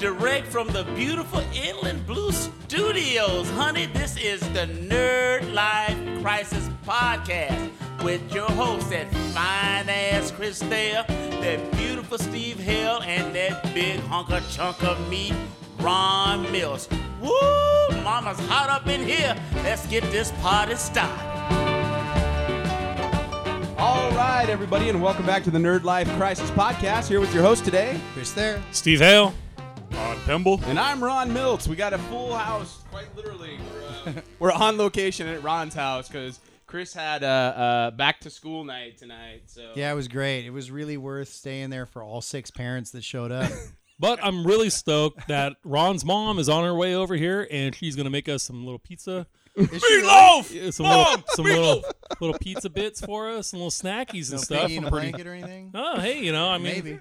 direct from the beautiful Inland Blue Studios. Honey, this is the Nerd Life Crisis Podcast with your hosts, that fine ass Chris Thayer, that beautiful Steve Hill, and that big hunker chunk of meat, Ron Mills. Woo! Mama's hot up in here. Let's get this party started. All right, everybody, and welcome back to the Nerd Life Crisis Podcast. Here with your host today, Chris there. Steve Hale. Ron Pemble. and I'm Ron Miltz. We got a full house, quite literally. We're, uh, we're on location at Ron's house because Chris had a uh, uh, back to school night tonight. So Yeah, it was great. It was really worth staying there for all six parents that showed up. But I'm really stoked that Ron's mom is on her way over here and she's going to make us some little pizza. Is she Yeah, Some, little, some little, little pizza bits for us and little snackies and no stuff. piggy in I'm a pretty- blanket or anything? Oh, hey, you know, I mean, Maybe.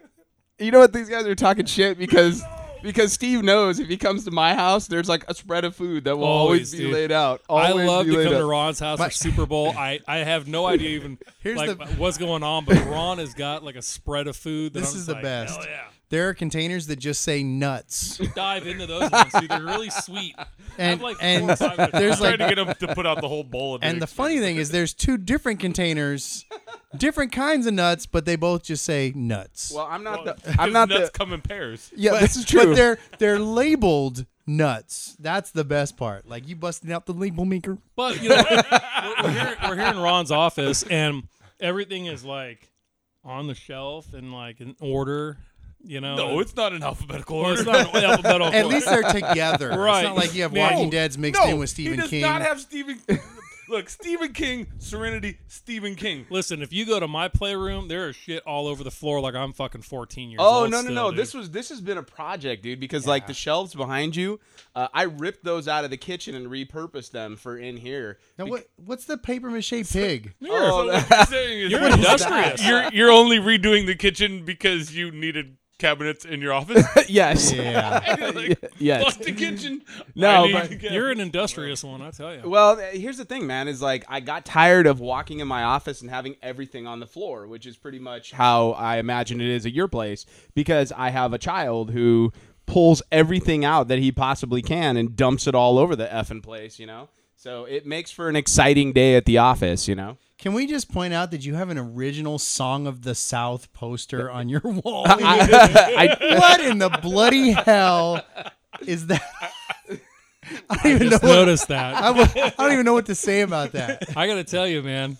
you know what? These guys are talking shit because because Steve knows if he comes to my house, there's like a spread of food that will always, Always, be dude. laid out. I Always love be to laid come out. to Ron's house for Super Bowl. I, I have no idea even Here's like the- what's going on, but Ron has got like a spread of food. That This I'm is just the like, best. Hell yeah. There are containers that just say nuts. Dive into those ones, dude. They're really sweet. And- I have like and four or five of them. there's, I'm like- trying to get him to put out the whole bowl. Of And the funny thing is there's two different containers, different kinds of nuts, but they both just say nuts. Well, I'm not the. I'm not the. come in pairs. Yeah, but, this is true. But they're they're labeled nuts. That's the best part. Like you busting out the label maker. But you know, we're, we're, here, we're here in Ron's office, and everything is like on the shelf and like in order. You know, No, it's not in alphabetical Well, order. it's not in alphabetical At least order. they're together. It's Right. not like you have No, Walking Dead's mixed no, in with Stephen he does King. not have Stephen. Look, Stephen King, Serenity, Stephen King. Listen, if you go to my playroom, there is shit all over the floor. Like I'm fucking 14 years Oh old. no no still, no! Dude. This was this has been a project, dude. Because like the shelves behind you, uh, I ripped those out of the kitchen and repurposed them for in here. Now, Bec- what, what's the paper mache pig? So what you're saying is You're industrious. You're you're only redoing the kitchen because you needed cabinets in your office. yes, Yeah. Like, yes. Fuck the kitchen. No, I need but- to get- You're an industrious one, I tell you. Well, uh, here's the thing, man. Is like I got tired of walking in my office and having everything on the floor, which is pretty much how I imagine it is at your place. Because I have a child who pulls everything out that he possibly can and dumps it all over the effing place. You know, so it makes for an exciting day at the office. You know. Can we just point out that you have an original Song of the South poster on your wall? I, I, what in the bloody hell is that? I don't even know. Just What, noticed that. I, wa- I don't even know what to say about that. I gotta tell you, man.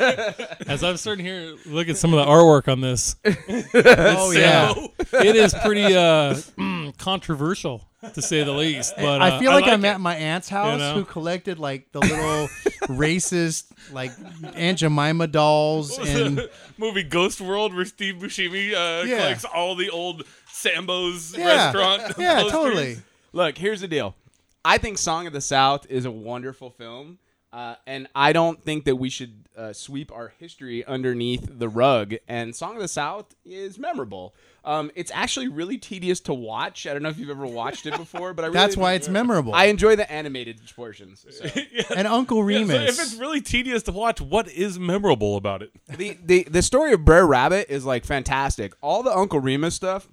As I'm starting here, look at some of the artwork on this. Oh yeah, It is pretty uh, mm, controversial, to say the least. But uh, I feel like, I I'm at my aunt's house know? who collected like the little racist like Aunt Jemima dolls and movie Ghost World where Steve Buscemi uh, Yeah. collects all the old Sambo's yeah, restaurant. yeah, posters. totally. Look, here's the deal. I think Song of the South is a wonderful film, uh, and I don't think that we should uh, sweep our history underneath the rug. And Song of the South is memorable. Um, it's actually really tedious to watch. I don't know if you've ever watched it before, but I really That's why it's memorable. I enjoy the animated portions. So. and Uncle Yeah, so Remus. if it's really tedious to watch, what is memorable about it? the, the the story of Brer Rabbit is like fantastic. All the Uncle Remus stuff,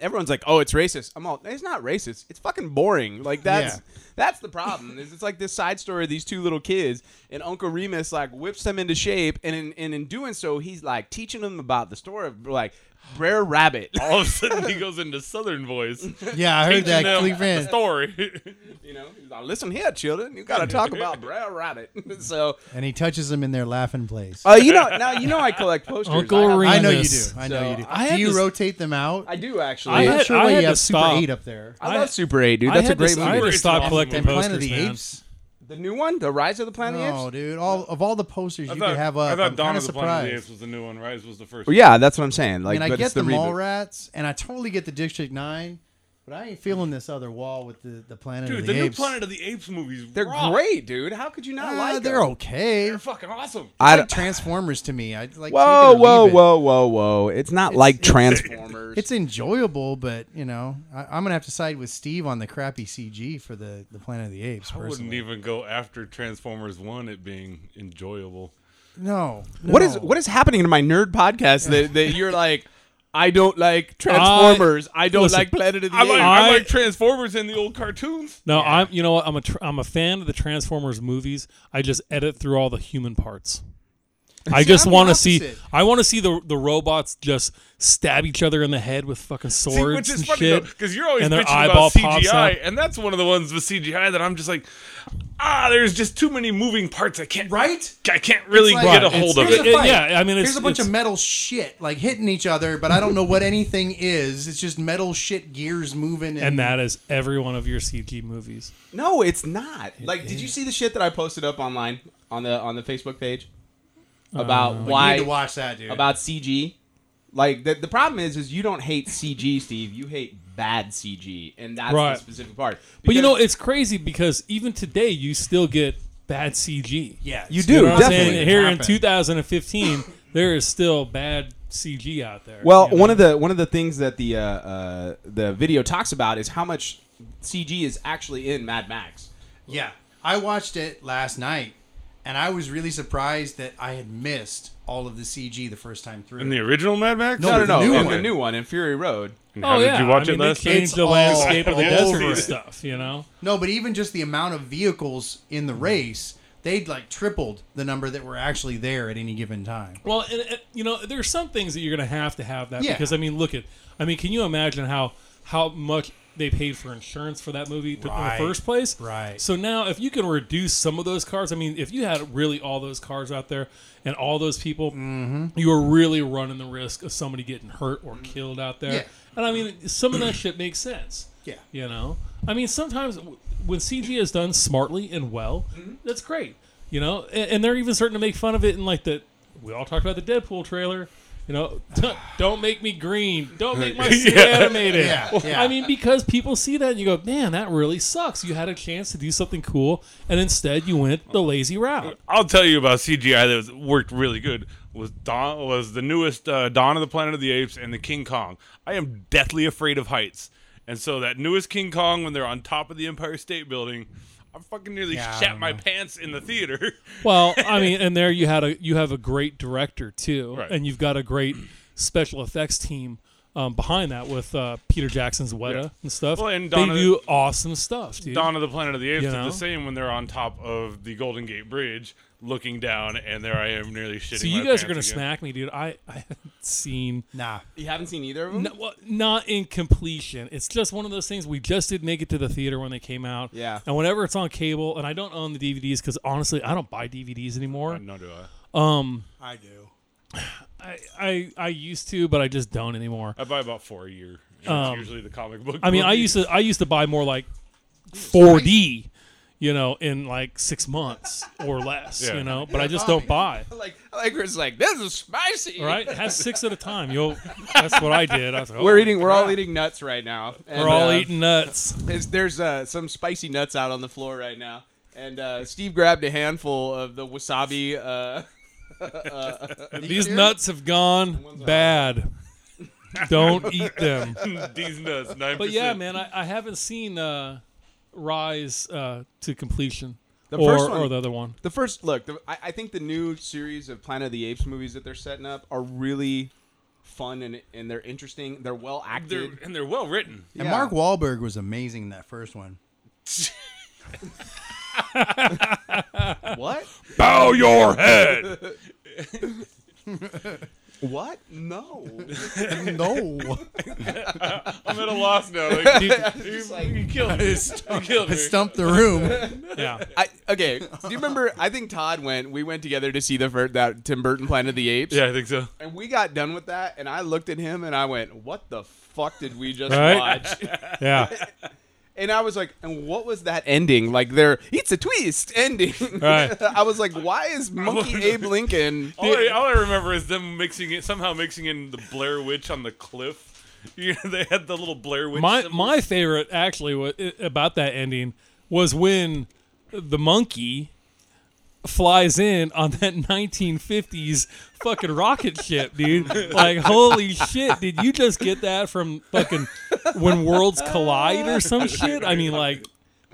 everyone's like, "Oh, it's racist." I'm all, "It's not racist. It's fucking boring." Like that's that's the problem. Is it's like this side story of these two little kids, and Uncle Remus like whips them into shape, and in, and in doing so, he's like teaching them about the story of like Brer Rabbit. All of a sudden, he goes into Southern voice. yeah, I heard teaching that. them Cleveland. the story. You know, he's like, "Listen here, children, you got to talk about Brer Rabbit." so, And he touches them in their laughing place. uh, you know, now you know I collect posters. Uncle I have- Remus. I know you do. I know So, you do. I do had you this- rotate them out? I do actually. I I'm I, had- not sure why had you have to Super stop. 8 up there. love Super 8, dude. I That's had a great to, movie. I had to It's an stop awesome collecting movie. Planet of the posters, man. Apes? The new one, The Rise of the Planet of the No, Apes. dude. All of all the posters you could have I up, thought I'm Dawn kind of of the Planet of the surprised. Apes was the new one. Rise was the first. Well, yeah, that's what I'm saying. I Like, mean, I but it's get the, the, mall reboot. rats, and I totally get the District Nine, but I ain't feeling this other wall with the, the Planet Dude, of the, the, new Apes. Planet of the Apes movies. They're rock. great, dude. How could you not Ah, like they're them? okay. They're fucking awesome. I like don't- Transformers to me. I like. whoa, take it or whoa, leave it. whoa, whoa, whoa! It's not like it's- Transformers. It's enjoyable, but you know, I, I'm gonna have to side with Steve on the crappy CG for the the Planet of the Apes. I Personally, wouldn't even go after Transformers One. It being enjoyable. no, what is no. what is happening to my nerd podcast that, that you're like? I don't like Transformers. I, don't listen, like Planet of the I like, Apes. I, I- like Transformers in the old cartoons. No, I'm. You know what? I'm a. Tr- I'm a fan of the Transformers movies. I just edit through all the human parts. I just I'm the want to see. opposite. I want to see the the robots just stab each other in the head with fucking swords See, which is and funny shit. because you're always and their bitching eyeball about pops out. CGI, and that's one of the ones with CGI that I'm just like, ah, there's just too many moving parts. I can't, Right? I can't really It's like- get a hold of here's it. It- a fight. yeah, I mean, it's- here's a bunch it's- of metal shit like hitting each other, but I don't know what anything is. It's just metal shit gears moving. And, and that is every one of your CG movies. No, it's not. Like, did you see the shit that I posted up online on the on the Facebook page about Uh, you why need to watch that, dude. about CG? Like the, the problem is is you don't hate CG, Steve. You hate bad CG, and that's Right. the specific part. But you know, Because- it's crazy because even today you still get bad CG. yeah, you it's- do You know what I'm definitely. saying? Here in Happen. 2015, there is still bad CG out there. Well, you one know? of the one of the things that the uh, uh, the video talks about is how much CG is actually in Mad Max. Yeah, I watched it last night, and I was really surprised that I had missed all of the CG the first time through. In the original Mad Max? No, No, the no, new no, and one. the new one in Fury Road. And Oh how yeah, did you watch I mean, it last they night? changed It's the all landscape of the over desert and it. stuff. You know, No, but even just the amount of vehicles in the race, they'd like tripled the number that were actually there at any given time. Well, and, and, you know, there's some things that you're going to have to have that Yeah. because I mean, look at, I mean, can you imagine how how much they paid for insurance for that movie to, Right. in the first place? Right. So now, if you can reduce some of those cars, I mean, if you had really all those cars out there and all those people, Mm-hmm. you were really running the risk of somebody getting hurt or killed out there. Yeah. And I mean, some of that shit makes sense. Yeah. You know, I mean, sometimes w- when CG is done smartly and well, Mm-hmm. that's great. You know, and, and they're even starting to make fun of it in like the. We all talked about the Deadpool trailer. You know, don't make me green. Don't make my skin animated. Yeah, yeah. I mean, because people see that and you go, man, that really sucks. You had a chance to do something cool, and instead you went the lazy route. I'll tell you about CGI that was, worked really good. Was Dawn was the newest uh, Dawn of the Planet of the Apes and the King Kong. I am deathly afraid of heights, and so that newest King Kong when they're on top of the Empire State Building, I fucking nearly Yeah, I shat don't my know. pants in the theater. Well, I mean, and there you had a you have a great director too, Right. and you've got a great special effects team um, behind that with uh, Peter Jackson's Weta Yeah. and stuff. Well, and they Donna- do awesome stuff, dude. Dawn of the Planet of the Apes You did know? the same when they're on top of the Golden Gate Bridge, looking down, and there I am nearly shitting. so you my guys are gonna pants again. smack me, dude. I I haven't seen Nah. You haven't seen either of them. No, well, not in completion. It's just one of those things. We just did make it to the theater when they came out. Yeah. And whenever it's on cable, and I don't own the DVDs because honestly, I don't buy DVDs anymore. No, do I? I do. I, I I used to, but I just don't anymore. I buy about four a year. and it's usually the comic book. Um, I mean, I movies. used to I used to buy more like 4D, you know, in like six months or less, Yeah. you know. But I just don't buy. Like, like Chris, like this is spicy. Right? It has six at a time. Yo, that's what I did. I was like, We're "Oh, eating. We're all crap." eating nuts right now. And, We're all uh, eating nuts. There's, there's uh, some spicy nuts out on the floor right now, and uh, Steve grabbed a handful of the wasabi. Uh, These nuts have gone bad. Don't eat them. these nuts. 9%. But yeah, man, I, I haven't seen uh, Rise uh, to completion. The or, first one- or the other one. the first look. The, I, I think the new series of Planet of the Apes movies that they're setting up are really fun and and they're interesting. They're well They're, acted. and they're well written. And Mark Wahlberg was amazing in that first one. what? Bow your head. What? No. No. I'm at a loss now. Like, you, Just like- you killed me. You killed me. Stumped the room. Yeah. I, okay. Do you remember? I think Todd went. We went together to see the fir- that Tim Burton Planet of the Apes. Yeah, I think so. And we got done with that, and I looked at him and I went, "What the fuck did we just Right? watch?" Yeah. And I was like, "And what was that ending? Like, there, it's a twist ending." Right. I was like, "Why is Monkey Abe Lincoln?" All I, all I remember is them mixing it somehow mixing in the Blair Witch on the cliff. You know, they had the little Blair Witch. my symbol. my favorite actually wa- i- about that ending was when the monkey flies in on that 1950s fucking rocket ship, dude. Like, holy shit! Did you just get that from fucking when worlds collide or some shit? I mean, like,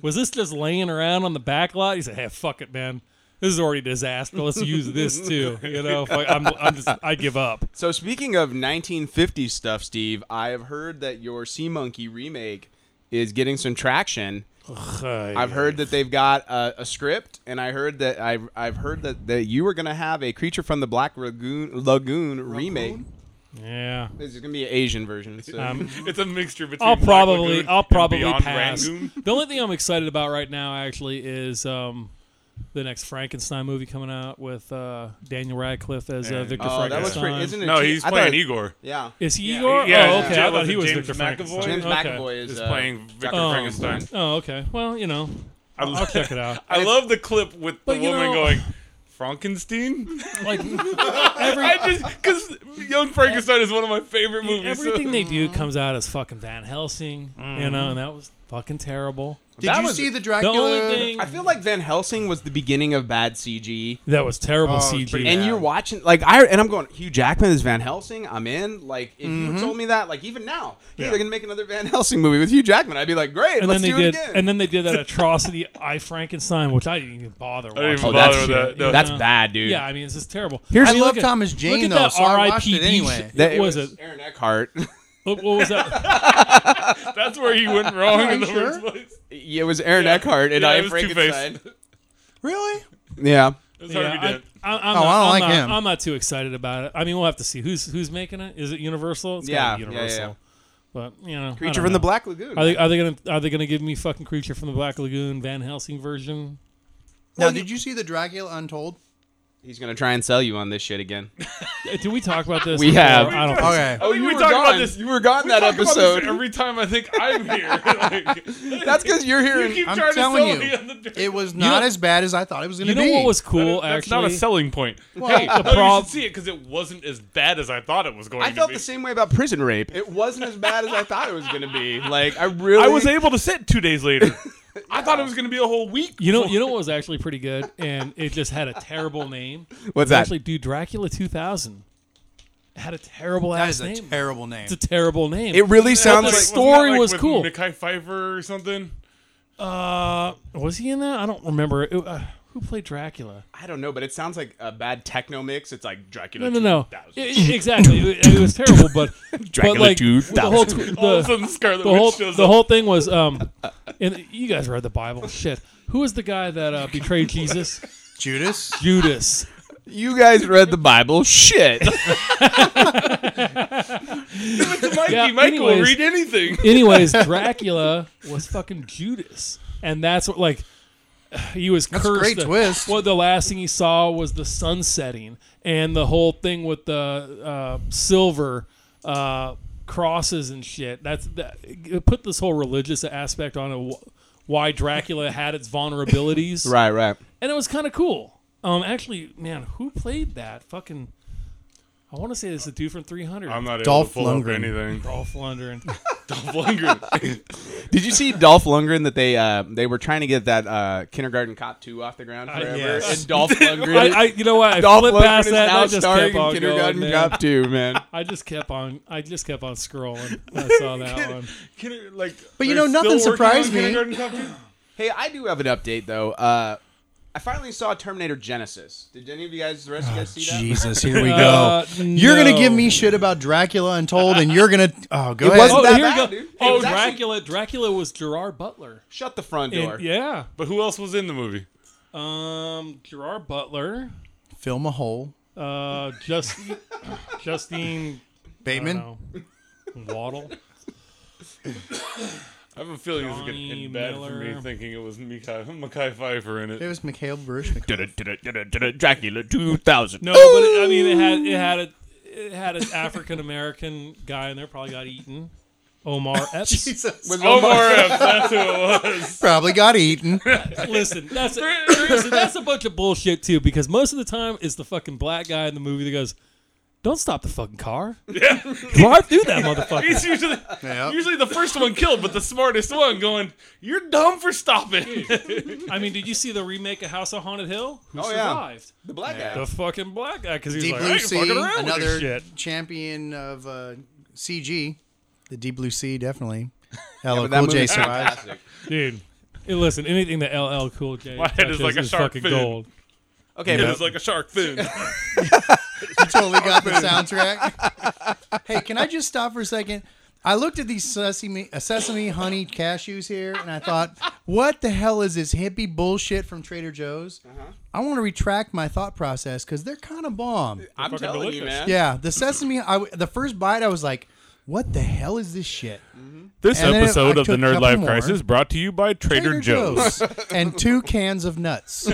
was this just laying around on the back lot? He said, "Hey, fuck it, man." this is already disaster. Let's use this too. You know, Fuck, I'm, I'm just, I give up. So speaking of 1950s stuff, Steve, I have heard that your Sea Monkey remake is getting some traction. I've heard that they've got a, a script, and I heard that I've I've heard that, that you were gonna have a Creature from the Black Lagoon, Lagoon remake. Yeah. This is gonna be an Asian version. So. It's a mixture between. I'll Black probably Lagoon I'll and probably Beyond pass. Rangoon. The only thing I'm excited about right now actually is um, the next Frankenstein movie coming out with uh, Daniel Radcliffe as uh, Yeah. Victor oh, that looks Frankenstein. pretty. Isn't it? No, T- he's I playing thought- Igor. Yeah, is he Igor? yeah, oh, it's okay. I James thought he was McAvoy. Victor Frankenstein. James okay. McAvoy is Is uh, playing Victor Oh. Frankenstein. Oh, okay. Well, you know, I'll, I'll check it out. I love the clip with the But you woman know- going, Frankenstein? Like every I just, because Young Frankenstein is one of my favorite movies. everything so. they do comes out as fucking Van Helsing, you know, and that was fucking terrible. Did That you was- see the The Dracula? only thing I feel like Van Helsing was the beginning of bad CG. that was terrible Oh, it's CG. pretty And Yeah. you're watching like I and I'm going Hugh Jackman is Van Helsing. I'm in. Like if you told me that, like even now, hey, Yeah. they're gonna make another Van Helsing movie with Hugh Jackman. I'd be like, great, and let's then they do did, it again. and then they did that atrocity I Frankenstein, which I didn't even bother watching. didn't even oh, bother that's with that, no. that's Yeah. bad, dude. Yeah, I mean, it's just terrible. Here's- I Look love at- Thomas look Jane at though, that so I watched it RIPD anyway. shit. That- was it was it? Aaron Eckhart. What, what was that? That's where he went wrong in the Are you first sure? place. yeah, it was Aaron Eckhart and Yeah, it I was Frankenstein. Really? Yeah. Yeah, It's hard to I, be am dead. Oh, I don't not, like I'm not- him. I'm not too excited about it. I mean, we'll have to see who's who's making it. Is it Universal? It's Yeah, gotta be yeah, yeah, Universal. yeah. But you know, I Creature don't from the know. Black Lagoon. Are they are they gonna are they gonna give me fucking Creature from the Black Lagoon Van Helsing version? Now, did you see the Dracula Untold? He's gonna try and sell you on this shit again. Uh, Did we talk about this? We before? have. I don't. think Okay. I Oh, think you we were talked about gone. this- You were gone We that talk about this episode. every time I think I'm here. Like, That's because you're you hearing. keep I'm trying to telling sell you, me on the dirt. It was not as bad as I thought it was going to You be. know what was uh, cool? That's actually, not a selling point. hey, the no, you prob- should see it because it wasn't as bad as I thought it was going I to felt be. the same way about prison rape. It wasn't as bad as I thought it was gonna be. Like I really, I was able to sit two days later. I thought it was going to be a whole week. You know, you know what was actually pretty good, and it just had a terrible name. What's It that? Actually, dude, Dracula 2000 It had a terrible that ass is a name. terrible name. it's a terrible name. It really sounds the like Wasn't that, story like, was with cool. Mickey Pfeiffer or something. uh, was he in that? I don't remember. It- uh, who played Dracula? I don't know, but it sounds like a bad techno mix. It's like Dracula. No, no, no. 2000. I- I- exactly. It, it was terrible, but Dracula but like, the whole 2000. the, All of a sudden, Scarlet the Witch whole shows the up. whole thing was um, and you guys read the Bible. Shit, who was the guy that uh, betrayed Jesus? Judas. Judas. You guys read the Bible? Shit. Mikey, Yeah, Mike will anyways. read anything. Anyways, Dracula was fucking Judas, and that's what like he was That's a cursed. great The- twist. Well, the last thing he saw was the sun setting, and the whole thing with the uh, silver uh, crosses and shit. That's that. It put this whole religious aspect on it. wh- Why Dracula had its vulnerabilities, right, right. and it was kind of cool. Um, actually, man, who played that? Fucking, I want to say it's a dude from 300. I'm not Dolph able to pull Lundgren. up anything. Dolph Lundgren. Dolph Lundgren. Did you see Dolph Lundgren that they uh, they were trying to get that uh, Kindergarten Cop two off the ground forever? Uh, yes. And Dolph Lundgren. I, I, you know what? I Dolph flipped Lundgren past is that. and now I just starring kept in on Kindergarten going, man. Cop two. Man, I just kept on. I just kept on scrolling. when I saw that one. Can it, like, But you they're know, nothing still working on surprised me. Kindergarten Cop two? hey, I do have an update though. Uh, I finally saw Terminator Genesis. Did any of you guys, the rest Ah, of you guys, see that? Jesus, here we go. Uh, you're gonna no. give me shit about Dracula Untold, and you're gonna oh go It ahead. wasn't Oh, that here we go. bad, dude. It Oh, was actually- Dracula. Dracula was Gerard Butler. Shut the front And- door. yeah. But who else was in the movie? Um, Gerard Butler. Film a hole, Uh, Justine. Justine. I don't Bateman. know, Waddle. I have a feeling this is going to Johnny end bad for me Miller. thinking it was Mikhail, Mikhail Pfeiffer in it. It was Mikhail Baryshnikov. Dracula 2000. No, but it, I mean, it had it had a it had an African American guy, and there probably got eaten. Omar Epps. Jesus, Omar Epps, Oh, that's who it was. probably got eaten. Listen, that's a, seriously, that's a bunch of bullshit too. Because most of the time, it's the fucking black guy in the movie that goes, "Don't stop the fucking car, Yeah. drive through that motherfucker." It's usually Yeah. usually the first one killed, but the smartest one going, "You're dumb for stopping." I mean, did you see the remake of House on Haunted Hill? Who Oh, yeah. survived? The black guy. The fucking black guy, because he's Deep like, I Blue ain't Sea, fucking around with this another shit. champion of uh, CG. The Deep Blue Sea, definitely. Hello, But that Cool movie J is survives. fantastic. dude. hey, listen, anything that LL Cool J My head is touches like a is shark fucking fin. gold. Okay, It but is like a shark fin. You totally got the soundtrack. hey, can I just stop for a second? I looked at these sesame, uh, sesame honey cashews here, and I thought, what the hell is this hippie bullshit from Trader Joe's? Uh-huh. I want to retract my thought process because they're kind of bomb. I'm fucking telling you, delicious. man. Yeah, the sesame. I w- the first bite, I was like, "What the hell is this shit?" This And then episode I of the took a Nerd couple Life more. Crisis brought to you by Trader, Joe's. and two cans of nuts.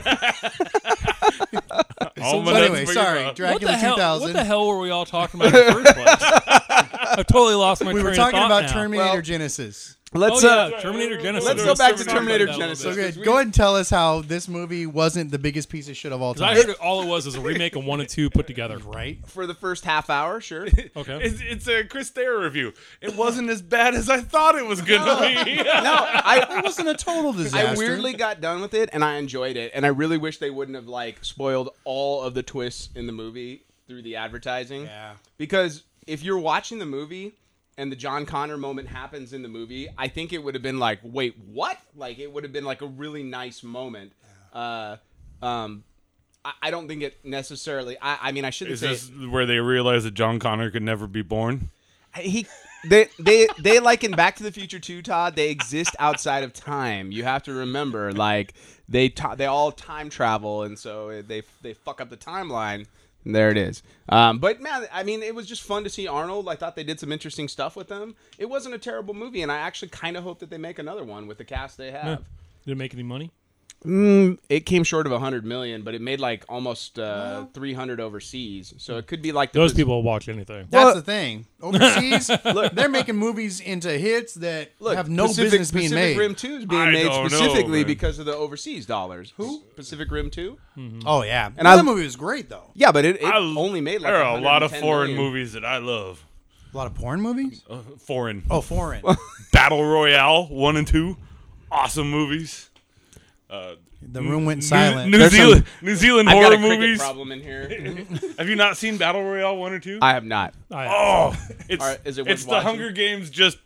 All But my nuts anyway, for your sorry, mouth. What Dracula two the, hell, what thousand. the hell were we all talking about in the first place? I have totally lost my We were train of talking thought about now. Terminator Well- Genesis. Let's Oh, uh, yeah, Terminator Genesis. let's Let's go back to talk about Terminator that a little bit. Genesis. So good. We- Go ahead and tell us how this movie wasn't the biggest piece of shit of all 'Cause I time. heard it- all it was is a remake of one and two put together. right? for the first half hour, sure. Okay. It's, it's a Chris Thayer review. It wasn't as bad as I thought it was going to be. No, I It wasn't a total I disaster. weirdly got done with it and I enjoyed it, and I really wish they wouldn't have like spoiled all of the twists in the movie through the advertising. Yeah. Because if you're watching the movie and the John Connor moment happens in the movie, I think it would have been like, wait, what? Like it would have been like a really nice moment. Uh, um, I, I don't think it necessarily. I, I mean, I shouldn't Is say this where they realized that John Connor could never be born? he they they they liken Back to the Future too, Todd. They exist outside of time. You have to remember, like they ta- they all time travel, and so they they fuck up the timeline. And there it is. Um, but man, I mean, it was just fun to see Arnold. I thought they did some interesting stuff with them. It wasn't a terrible movie, and I actually kind of hope that they make another one with the cast they have. Did it make any money? It came short of 100 million, but it made like almost uh, 300 overseas. So it could be like the Those people will watch anything. That's Well- the thing. Overseas, they're making movies into hits that Look, have no Pacific, business being Pacific made. Rim Two is being I made don't know, specifically man. because of the overseas dollars. Who? Pacific Rim Two? Oh yeah, and I- that movie was great though. Yeah, but it, it I- only made like There are a lot of 110 foreign million. movies that I love. A lot of porn movies. Uh, foreign. Oh, foreign. Battle Royale 1 and 2. Awesome movies. the room went New- silent. New, There's some- Zealand, New Zealand I've got horror a cricket movies. problem in here. Have you not seen Battle Royale 1 or 2? I have not. I- oh, it's, All right, is it worth it's the watching? Hunger Games just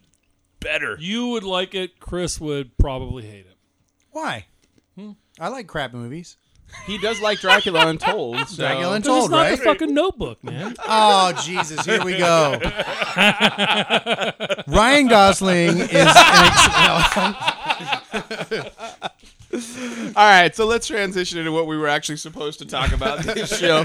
better. You would like it. Chris would probably hate it. Why? I like crap movies. He does like Dracula Untold. So. Dracula and Because Told, it's not right? the fucking notebook, man. Oh Jesus! Here we go. Ryan Gosling is. An ex- no. All right, so let's transition into what we were actually supposed to talk about this show.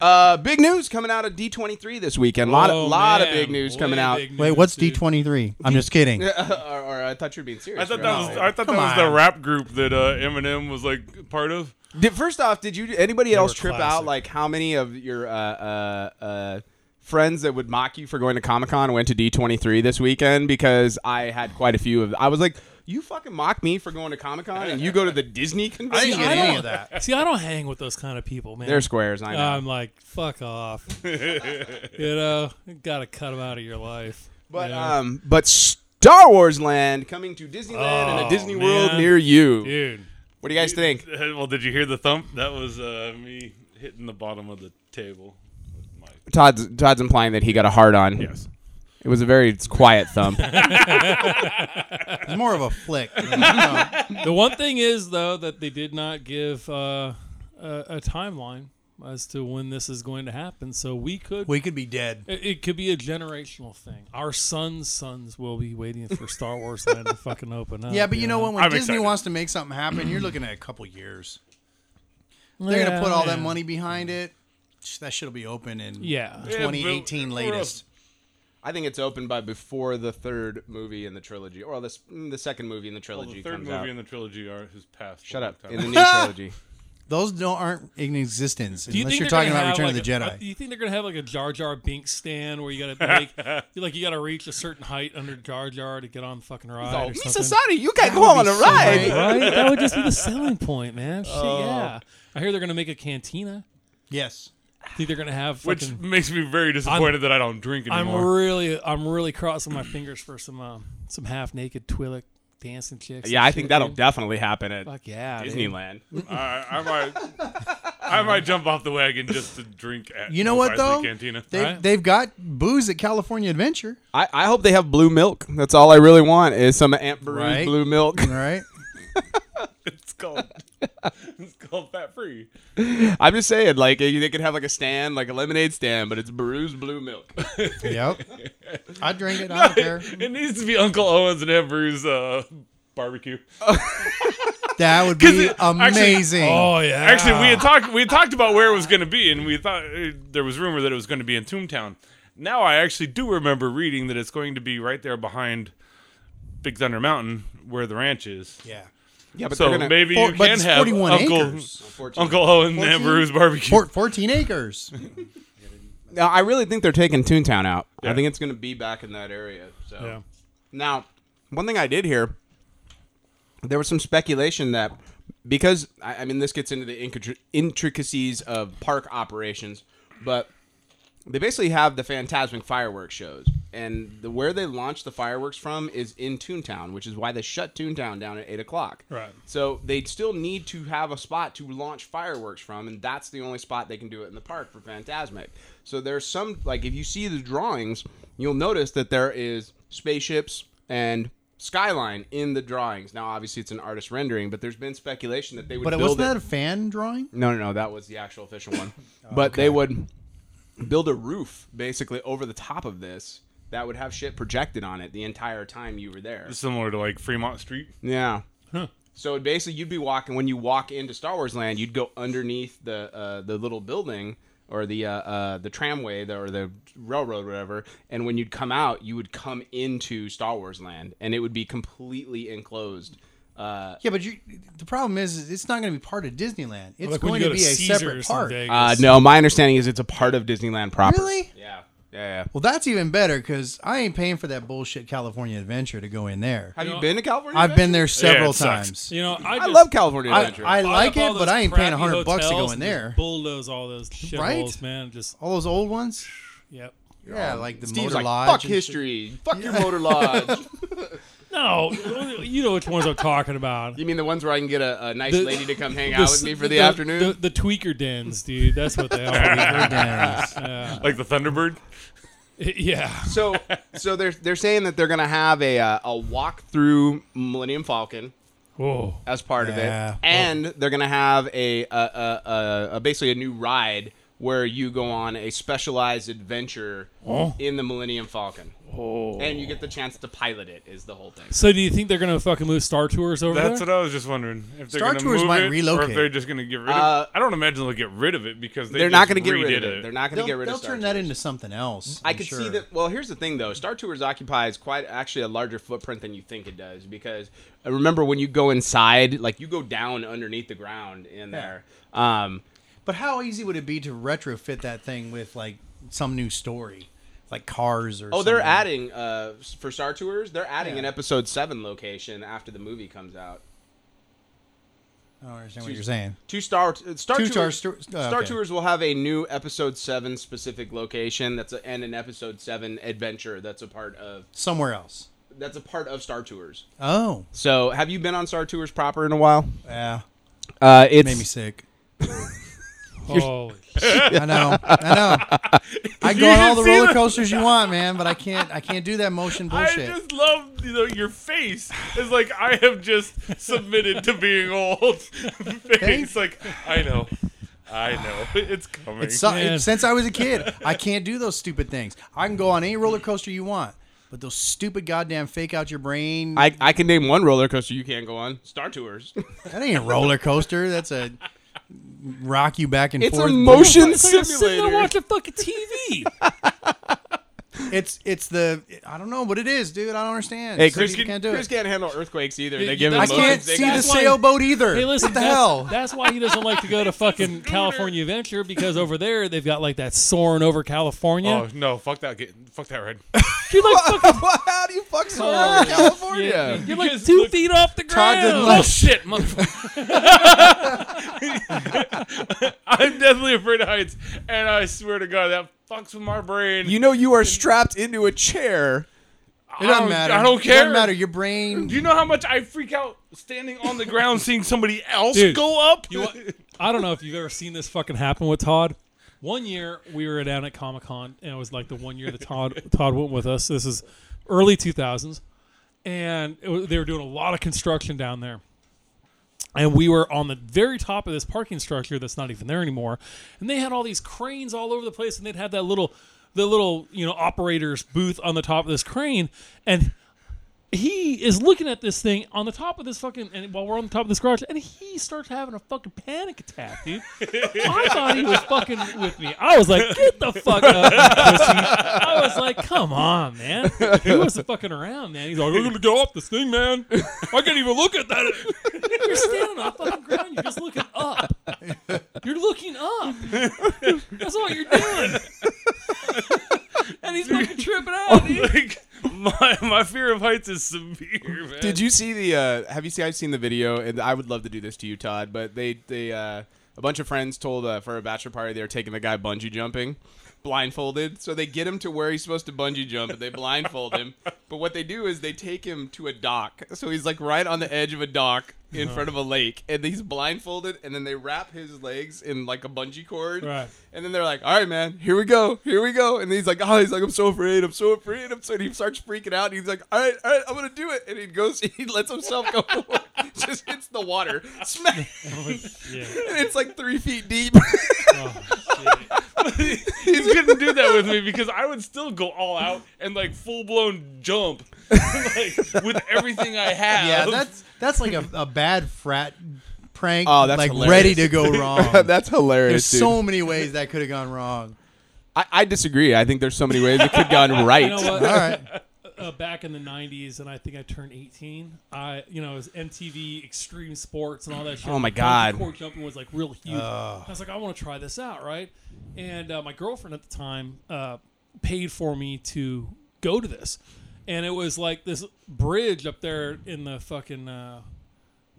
Uh, big news coming out of D23 this weekend. A lot, Oh, of, lot of man. big news Way coming out. big Wait, news, what's D dude. twenty three? I'm just kidding. or, or I thought you were being serious. I thought for a that was minute. I thought Come that was the on. rap group that uh, Eminem was like part of. Did, first off, did you anybody else were trip out classic. like how many of your uh, uh, uh, friends that would mock you for going to Comic Con went to D twenty three this weekend? Because I had quite a few of. I was like, you fucking mock me for going to Comic Con and you go to the Disney I convention. didn't get any of that. See, I don't hang with those kind of people, man. They're squares. I know. I'm like, fuck off. you know, you gotta cut them out of your life. but You know? um, but Star Wars Land coming to Disneyland and a Oh, Disney World man. near you. dude, What do you guys think? Well, did you hear the thump? That was uh, me hitting the bottom of the table. with my Todd's Todd's implying that he got a hard on. Yes. It was a very quiet thump. It's more of a flick. the one thing is though that they did not give uh, a, a timeline as to when this is going to happen, so we could. We could be dead. it, it could be a generational thing. Our sons' sons will be waiting for Star Wars Land to fucking open up. Yeah, but you know what? When I'm Disney excited. wants to make something happen, you're looking at a couple years. They're gonna put all that money behind it. Sh- That shit'll be open in Yeah. Yeah, 2018 but- latest. I think it's open by before the third movie in the trilogy, or this mm, the second movie in the Well, trilogy the third comes movie out. in the trilogy are his past. Shut up! In the Time. new trilogy, Those don't aren't in existence Do you unless think you're they're talking gonna about have, Return like, of the a- Jedi. do you think they're gonna have like a Jar Jar Binks stand where you gotta make you like you gotta reach a certain height under Jar Jar to get on the fucking ride? or something? Oh, you can't go on a ride. right? That would just be the selling point, man. Shit, yeah. I hear they're gonna make a cantina. yes. I think they're gonna have Which fucking. makes me very disappointed that I don't drink I'm anymore. really, I'm really crossing my fingers for some, um, some half naked Twi'lek dancing chicks. and Yeah, I shit, think that'll dude. definitely happen at Fuck yeah, dude. Disneyland. I, I might, I might jump off the wagon just to drink at. You know the what, Risley though? Cantina. They've, Right. they've got booze at California Adventure, I, I hope they have blue milk. That's all I really want is some Aunt Beru's Right. blue milk. all right? It's called it's called fat free. I'm just saying, like they could have like a stand, like a lemonade stand, but it's bruised blue milk. Yep. I drink it. I don't care. It needs to be Uncle Owen's and Ever's uh, barbecue. Ah. That would 'Cause be it- actually- amazing. Oh, yeah. Actually, we had talked we had talked about where it was going to be, and we thought uh, there was rumor that it was going to be in Toontown. Now I actually do remember reading that it's going to be right there behind Big Thunder Mountain, where the ranch is. yeah. yeah, but so they're gonna, maybe For- you but can it's have 41 Uncle acres. Uncle Owen and 14? Bruce barbecue. Four, 14 acres. Now, I really think they're taking Toontown out. Yeah. I think it's going to be back in that area. So Yeah. now, one thing I did hear, there was some speculation that because I, I mean this gets into the intric- intricacies of park operations, but they basically have the Phantasmic fireworks shows, and the, where they launch the fireworks from is in Toontown, which is why they shut Toontown down at eight o'clock. Right. So they still need to have a spot to launch fireworks from, and that's the only spot they can do it in the park for Phantasmic. So there's some like if you see the drawings, you'll notice that there is spaceships and skyline in the drawings. Now obviously it's an artist rendering, but there's been speculation that they would But it build wasn't that a fan drawing? no, no, no. That was the actual official one. Oh, but they would build a roof basically over the top of this that would have shit projected on it the entire time you were there. Similar to like Fremont Street. Yeah. So it basically, you'd be walking when you walk into Star Wars Land, you'd go underneath the uh, the little building or the uh, uh, the tramway the, or the railroad, whatever. And when you'd come out, you would come into Star Wars Land, and it would be completely enclosed. Uh, Yeah, but you, the problem is, is it's not going to be part of Disneyland. It's Like when going you to go be to a separate Caesars in park. Vegas. uh, no, my understanding is it's a part of Disneyland proper. Really? Yeah. Yeah. yeah. Well, that's even better because I ain't paying for that bullshit California Adventure to go in there. Have you, know, been to California? I've been Adventure? there several it sucks. times. You know, I, I just love California I, Adventure. I buy like up all it, but those I ain't paying crappy 100 bucks to hotels go in and just there. Bulldoze all those shit Right? holes, man. Just All those old ones? yep. Yeah, like the Steve's Motor like, Lodge. fuck and shit. history. Fuck your motor lodge. No, you know which ones I'm talking about. you mean the ones where I can get a, a nice The- lady to come hang out with me for the, afternoon? The, the tweaker dens, dude. That's what they are. Denny's. Like the Thunderbird. yeah. so so they're they're saying that they're gonna have a uh, a walk through Millennium Falcon Whoa. as part Yeah. of it, and they're gonna have a a, a, a a basically a new ride where you go on a specialized adventure in the Millennium Falcon, and you get the chance to pilot it. Is the whole thing? So do you think they're gonna fucking move Star Tours over That's there? what I was just wondering. If they're Star gonna Tours move might it, or relocate. if they're just going to get rid of. Uh, it. I don't imagine they'll get rid of it because they They're not going to gonna get rid of it. They're not gonna They'll, get rid they'll of. Star turn that Tours. into something else. I I'm could see sure. that. Well, here's the thing, though. Star Tours occupies quite actually a larger footprint than you think it does because uh, remember when you go inside, like you go down underneath the ground in there. Um, But how easy would it be to retrofit that thing with like some new story, like cars or? oh, they're something? adding uh, s- for Star Tours. They're adding Yeah. an episode seven location after the movie comes out. Oh, I don't understand what you're saying. Two Star uh, Star Two Star Tours. Sto- oh, Star okay. Tours will have a new episode seven specific location. That's a, and an episode seven adventure. That's a part of. Somewhere else. That's a part of Star Tours. Oh, So, have you been on Star Tours proper in a while? yeah, Uh, it's made me sick. Holy I know, I know. I go on all the roller coasters you want, man, but I can't. I can't do that motion I bullshit. just love you know, your face. It's like I have just submitted to being old. Thanks. It's like I know, I know, it's coming. It's so- Man. since I was a kid, I can't do those stupid things. I can go on any roller coaster you want, but those stupid goddamn fake out your brain. I, I can name one roller coaster you can't go on. Star Tours. that ain't a roller coaster. That's a rock you back and It's a forth. motion It's like I'm sitting there simulator. watching fucking TV. It's it's the I don't know what it is, dude. I don't understand. Hey, Some Chris, people can, can't do Chris it. can't handle earthquakes either. Yeah, They give him I I motions. can't They see got- the That's why- sailboat either. Hey, listen, what the that's, hell? that's why he doesn't like to go to fucking California Adventure because over there they've got like that soaring over California. oh no, fuck that, get, fuck that ride. You're like fucking How do you fuck someone in California? you're like two look- feet off the Todd ground. didn't like- shit, motherfucker! I'm definitely afraid of heights, and I swear to God, that fucks with my brain. You know you are strapped into a chair. It I doesn't don't- matter. I don't It care. doesn't matter. Your Do brain. you know how much I freak out standing on the ground seeing somebody else Dude, go up? You wa- I don't know if you've ever seen this fucking happen with Todd. One year we were down at Comic Con, and it was like the one year that Todd Todd went with us. This is early two thousands, and it wa- they were doing a lot of construction down there. and we were on the very top of this parking structure that's not even there anymore and they had all these cranes all over the place and they'd have that little the little you know operator's booth on the top of this crane and he is looking at this thing on the top of this fucking and while we're on the top of this garage and he starts having a fucking panic attack dude i thought he was fucking with me i was like get the fuck up you pussy. i was like come on man he wasn't fucking around man he's like we're gonna go off this thing man i can't even look at that you're standing on fucking ground you're just looking up you're looking up that's all you're doing and he's fucking tripping out dude. Like, my my fear of heights is severe, man. Did you see the? Uh, have you seen? I've seen the video, and I would love to do this to you, Todd. But they, they, uh, a bunch of friends told uh, for a bachelor party they were taking the guy bungee jumping, blindfolded. So they get him to where he's supposed to bungee jump, and they blindfold him. But what they do is they take him to a dock. So he's like right on the edge of a dock in front of a lake, and he's blindfolded. And then they wrap his legs in like a bungee cord, Right. and then they're like, "All right, man, here we go, here we go." And he's like, "Oh, he's like, I'm so afraid, I'm so afraid." I'm so and he starts freaking out. And he's like, "All right, all right, I'm gonna do it." And he goes, he lets himself go, forward, just hits the water, smack, and Oh, Yeah. it's like three feet deep. You couldn't do that with me because I would still go all out and like full blown jump, like with everything I have. Yeah, that's that's like a, a bad frat prank. Oh, that's like hilarious. ready to go wrong. That's hilarious. There's so many ways that could have gone wrong. I, I disagree. I think there's so many ways it could have gone right. You know what? All right. uh, back in the 90s and I think I turned 18. I, you know, it was MTV Extreme Sports and all that shit. Oh, my Bungee God. Cord jumping was like real huge. I was like, I want to try this out, right? And uh, my girlfriend at the time uh, paid for me to go to this. And it was like this bridge up there in the fucking uh,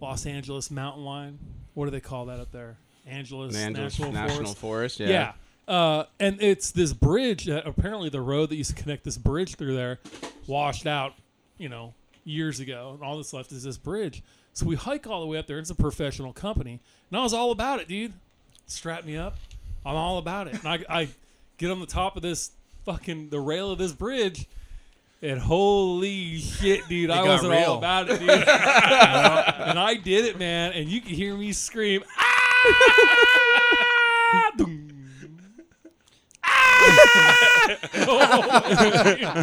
Los Angeles mountain line. What do they call that up there? Angeles, Angeles National, Forest. Forest. Yeah. Yeah. Uh, and it's this bridge. Uh, apparently, the road that used to connect this bridge through there washed out, you know, years ago. And all that's left is this bridge. So we hike all the way up there. It's a professional company. And I was all about it, dude. Strap me up. I'm all about it. And I, I get on the top of this fucking, the rail of this bridge. And holy shit, dude! I got wasn't real. all about it, dude. You know? and I did it, man. And you can hear me scream, ah! Dum.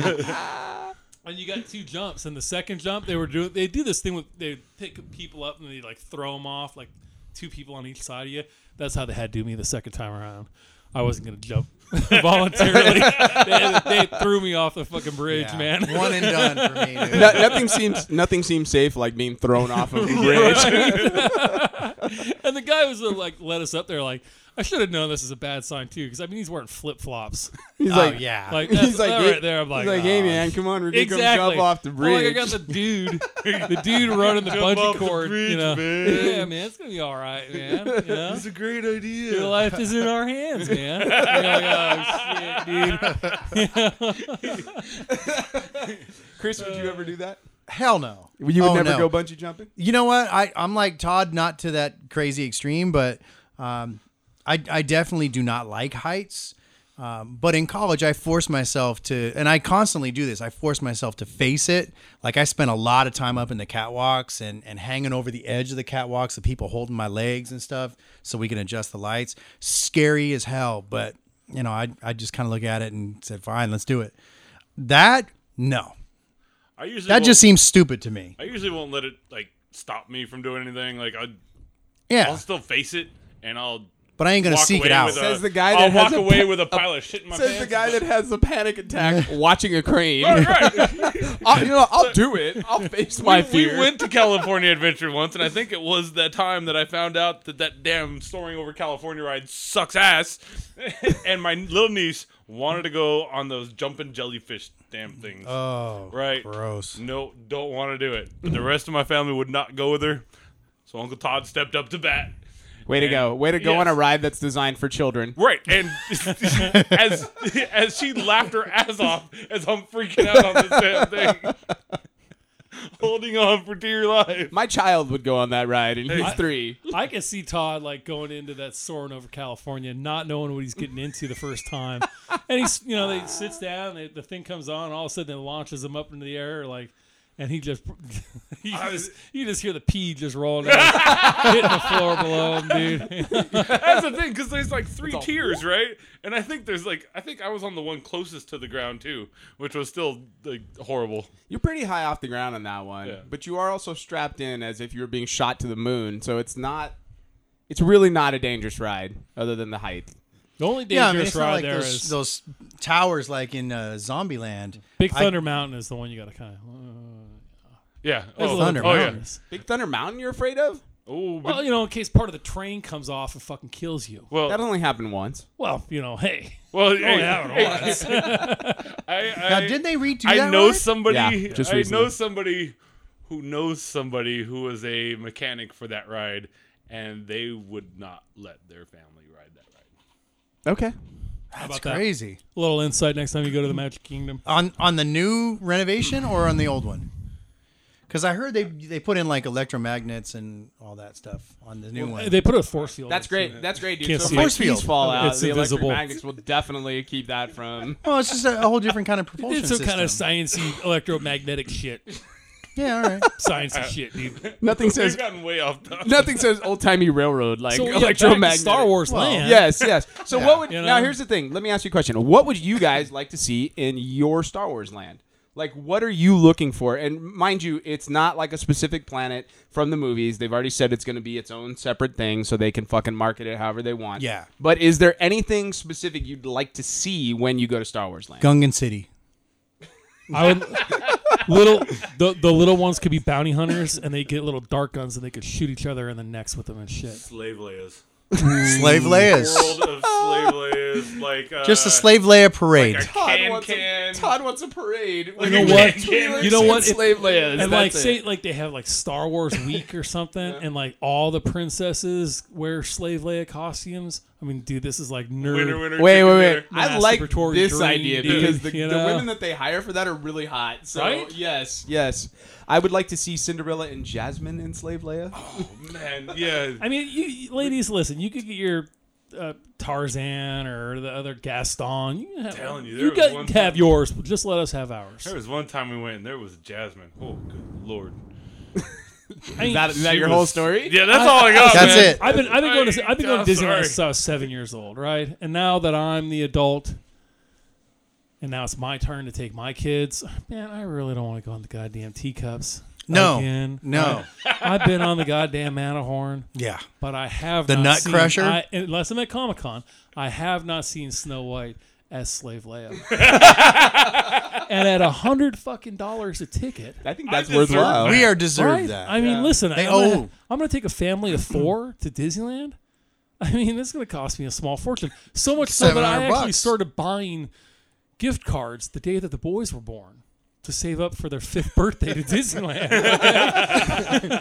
and you got two jumps. And the second jump, they were doing. They do this thing with they pick people up and they like throw them off, like two people on each side of you. That's how they had to do me the second time around. I wasn't gonna jump voluntarily. they, they threw me off the fucking bridge, Yeah. man. One and done for me. Dude. No, nothing seems nothing seems safe like being thrown off of a bridge. and the guy was uh, like, let us up there. Like, I should have known this is a bad sign too, because I mean, he's wearing flip flops. He's oh like, yeah. Like, that's, he's like, that hey- right there. I'm like, he's like, hey "Oh, man, come on, we're gonna come exactly. jump off the Well, bridge. like I got the dude, the dude running the Jump bungee off the cord. you bridge, know, man. yeah, man, it's gonna be all right, man. You know? a great idea. Your life is in our hands, man. You're like, oh shit, dude. Chris, would you ever do that? Hell no. You would Oh, never go no. bungee jumping. You know what? I I'm like Todd, not to that crazy extreme, but um, I I definitely do not like heights. Um, but in college, I forced myself to, and I constantly do this. I force myself to face it. Like I spent a lot of time up in the catwalks and and hanging over the edge of the catwalks, the people holding my legs and stuff, so we can adjust the lights. Scary as hell, but you know, I I just kind of look at it and said, fine, let's do it. That no, I usually that won't- just seems stupid to me. I usually won't let it like stop me from doing anything. Like I, Yeah, I'll still face it, and I'll but I ain't gonna walk seek away it out. With a, Says the guy I'll that walk has a away pa- with a pile of shit in my Says the pants. guy that has a panic attack watching a crane. Right. I'll, you know, I'll do it. I'll face my we fear. went to California Adventure once, and I think it was that time that I found out that that damn soaring over California ride sucks ass. and my little niece wanted to go on those jumping jellyfish damn things. Oh, right? gross. No, don't want to do it. But the rest of my family would not go with her, so Uncle Todd stepped up to bat. Way to go! Way to go Yes. on a ride that's designed for children. Right, and as as she laughed her ass off as I'm freaking out on this damn thing, holding on for dear life. My child would go on that ride, and he's I- three. I can see Todd like going into that soaring over California, not knowing what he's getting into the first time, and he's you know they sits down, they, the thing comes on, all of a sudden it launches him up into the air like. and he just you, just you just hear the pee just roll down, hitting the floor below him, dude. That's the thing, because there's like three tiers, right? And I think there's like, I think I was on the one closest to the ground too, which was still like horrible. You're pretty high off the ground on that one, Yeah. but you are also strapped in as if you were being shot to the moon. So it's not. It's really not a dangerous ride, other than the height. The only Yeah, I mean, dangerous it's not ride like there is those, those towers like in uh, Zombieland. Big I- Thunder Mountain is the one you got to kind of. Yeah. There's a Oh, little Thunder oh, yeah. mountains. Big Thunder Mountain, you're afraid of? Oh, but, Well, you know, in case part of the train comes off and fucking kills you. well, That only happened once. Well, you know, hey, well, hey, yeah, hey, I, I, Now, did they redo that? I know ride? somebody. Yeah, just I know recently. somebody who knows somebody who was a mechanic for that ride, and they would not let their family ride that ride. Okay. That's about that? crazy. little insight next time you go to the Magic Kingdom. On on the new renovation or on the old one? Because I heard they they put in like electromagnets and all that stuff on the new one. They put a force field. That's great. That's great, dude. Can't so see if my it. keys Force field. fall out, It's the invisible. electromagnets will definitely keep that from. well, Oh, it's just a, a whole different kind of propulsion It's some system. kind of sciencey electromagnetic shit. yeah, all right. Sciencey shit, dude. Nothing We've says. gotten way off topic. Nothing says old timey railroad like So yeah, back to electromagnetic. Star Wars Well, land. Yes, yes. So what would You now? know? Here's the thing. Let me ask you a question. What would you guys like to see in your Star Wars land? Like, what are you looking for? And mind you, it's not like a specific planet from the movies. They've already said it's going to be its own separate thing, so they can fucking market it however they want. Yeah. But is there anything specific you'd like to see when you go to Star Wars land? Gungan City. I would little the the little ones could be bounty hunters and they get little dart guns and they could shoot each other in the necks with them and shit. Slave layers. Slave Leia's. World of slave layers, like uh, Just a Slave Leia parade. Can wants can. A, Todd wants a parade. You know what? You know what? Slave Leia. And like say like they have like Star Wars week or something and like all the princesses wear slave Leia costumes. I mean, dude, this is like nerd. Winner, winner, Wait, chicken wait, wait! dinner. I like masturbatory this dream, idea dude, because the, you the know? women that they hire for that are really hot. So Right? yes, yes. I would like to see Cinderella and Jasmine in Slave Leia. Man, yeah. I mean, you- you, ladies, listen. You could get your uh, Tarzan or the other Gaston. You can have, Telling you, there you was got- one can have time- yours. But just let us have ours. There was one time we went and there was Jasmine. Oh, good lord. I mean, That, is that She your whole was- story? Yeah, that's all I got. That's man. it. I've been I've been going to I've been going to I'm Disneyland sorry. since I was seven years old, right? And now that I'm the adult, and now it's my turn to take my kids. Man, I really don't want to go on the goddamn teacups. No. again. No. I've been on the goddamn Matterhorn, Yeah. but I have The not Nut seen- Crusher? I, unless I'm at Comic Con, I have not seen Snow White as Slave Leia. and at a hundred fucking dollars a ticket, I think that's I deserve worthwhile. We are deserved Right? that. I mean, listen, They I'm, gonna, owe. I'm gonna take a family of four to Disneyland. I mean, this is gonna cost me a small fortune. So much so that I 700 actually bucks. started buying gift cards the day that the boys were born to save up for their fifth birthday to Disneyland.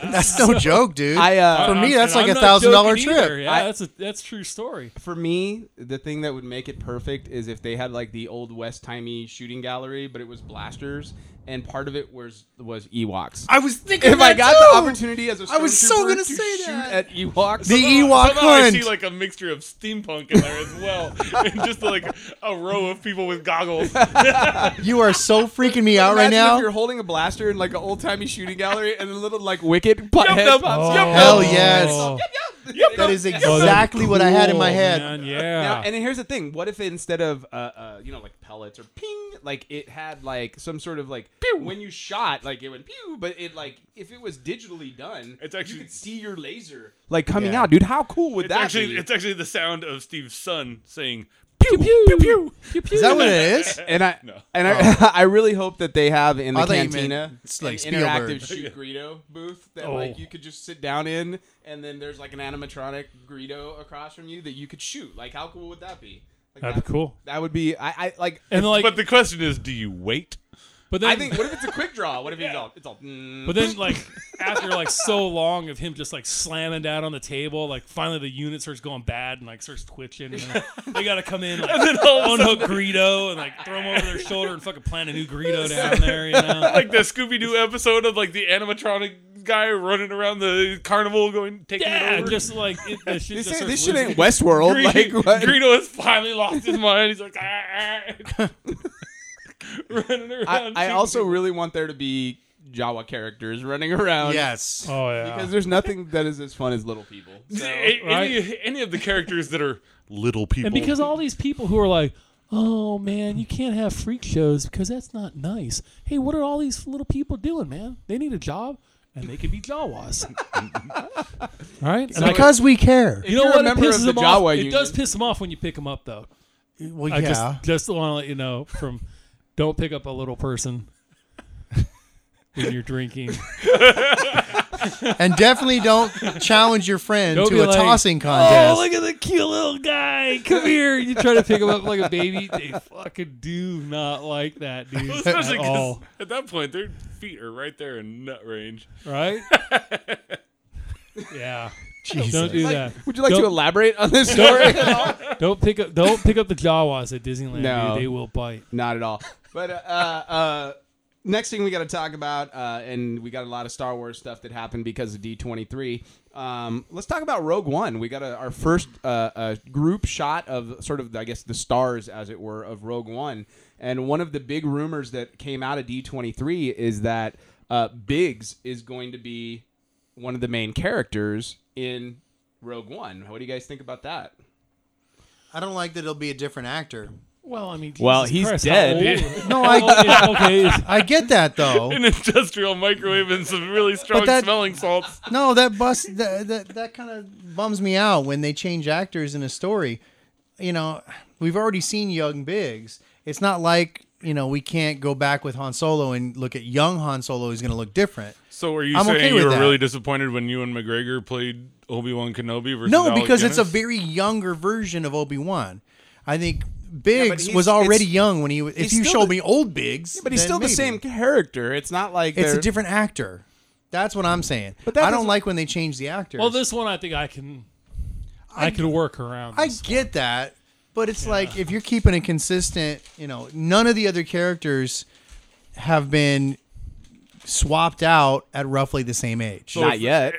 That's no joke, dude. I uh, For me, I'm- that's and like I'm a not thousand dollar joking trip. either. Yeah, I- that's a that's true story. for me, the thing that would make it perfect is if they had like the old west timey shooting gallery, but it was blasters, and part of it was was Ewoks. I was thinking if I got too. the opportunity as a I was so stormtrooper gonna to say shoot that. at Ewoks, The Somehow Ewok I hunt. see like a mixture of steampunk in there as well, and just like a row of people with goggles. you are so freaking me out right Imagine now. If you're holding a blaster in like an old timey shooting gallery, and a little like wicked butt head yup, pops yup, up. Hell yes. that is Oh, that'd be exactly what I had in my cool, head. man, Now, Yeah. and here's the thing: what if instead of uh, uh, you know, like pellets or ping, like it had like some sort of like when you shot, like it went pew, but it like if it was digitally done, It's actually- you could see your laser like coming Yeah. out, dude. How cool would It's that actually be? it's actually the sound of Steve's son saying pew, pew, pew, pew, Is that what it is? and I No. and I, I really hope that they have in the Oh. I thought you meant cantina it's like an interactive Spielberg. shoot Greedo booth that Oh. like you could just sit down in, and then there's like an animatronic Greedo across from you that you could shoot. Like, how cool would that be? Like, That'd be that- cool. That would be. I, I like. And like, But the question is, do you wait? but then, I think. What if it's a quick draw? What if it's all? It's all. mm. But then, like after like so long of him just like slamming down on the table, like finally the unit starts going bad and like starts twitching. And then, like, they gotta come in like unhook Greedo and like throw him over their shoulder and fucking plant a new Greedo down there. You know, Like the Scooby Doo episode of like the animatronic guy running around the carnival, going taking it yeah, over. just like it, the shit This, just ain't, starts this shit losing- ain't Westworld. Gre- like what? Greedo has finally lost his mind. He's like, "Ah, ah," running around. I, I shooting also people. really want there to be Jawa characters running around. Yes. Oh yeah. Because there's nothing that is as fun as little people. So, A- any, right? any of the characters that are little people. and because all these people who are like, "Oh man, you can't have freak shows because that's not nice." Hey, what are all these little people doing, man? They need a job, and they could be Jawas. all right, And I- because we care. you know you're a what it member of pisses the them off. Jawa It does union. piss them off when you pick them up, though. Well, I yeah. just just want to let you know from don't pick up a little person when you're drinking. and definitely don't challenge your friend Don't be to a like, tossing Oh, contest. look at the cute little guy. Come here. You try to pick him up like a baby. They fucking do not like that, dude. Well, at especially 'cause all. at that point, their feet are right there in nut range. Right? yeah. Jesus. Don't do that. would you like Don't- to elaborate on this story? at all? Don't pick up don't pick up the Jawas at Disneyland, No. dude. They will bite. Not at all. But uh, uh, next thing we got to talk about, uh, and we got a lot of Star Wars stuff that happened because of D twenty three. Let's talk about Rogue One. We got a, our first uh, uh, group shot of sort of, I guess, the stars, as it were, of Rogue One. And one of the big rumors that came out of D twenty three is that uh, Biggs is going to be one of the main characters in Rogue One. What do you guys think about that? I don't like that it'll be a different actor. Well, I mean, Jesus Well, he's Christ, how dead. old- No, how I old is- okay. is- I get that though. An industrial microwave and some really strong that- smelling salts. No, that bust that that, that kind of bums me out when they change actors in a story. You know, we've already seen young Biggs. It's not like you know we can't go back with Han Solo and look at young Han Solo. He's going to look different. So are you I'm saying okay you with were that. really disappointed when you and McGregor played Obi Wan Kenobi versus No, Alec because it's a Guinness? very younger version of Obi Wan. I think Biggs he's- was already it's- young when he. was. If he's you still show the- me old Biggs, But he's then still the maybe. same character. It's not like It's a they're- different actor. That's what I'm saying. But But that I don't doesn't- like when they change the actors. Well, this one I think I can I, can work around. I this. get that, but it's like if you're keeping it consistent, you know, none of the other characters have been swapped out at roughly the same age. Not yet.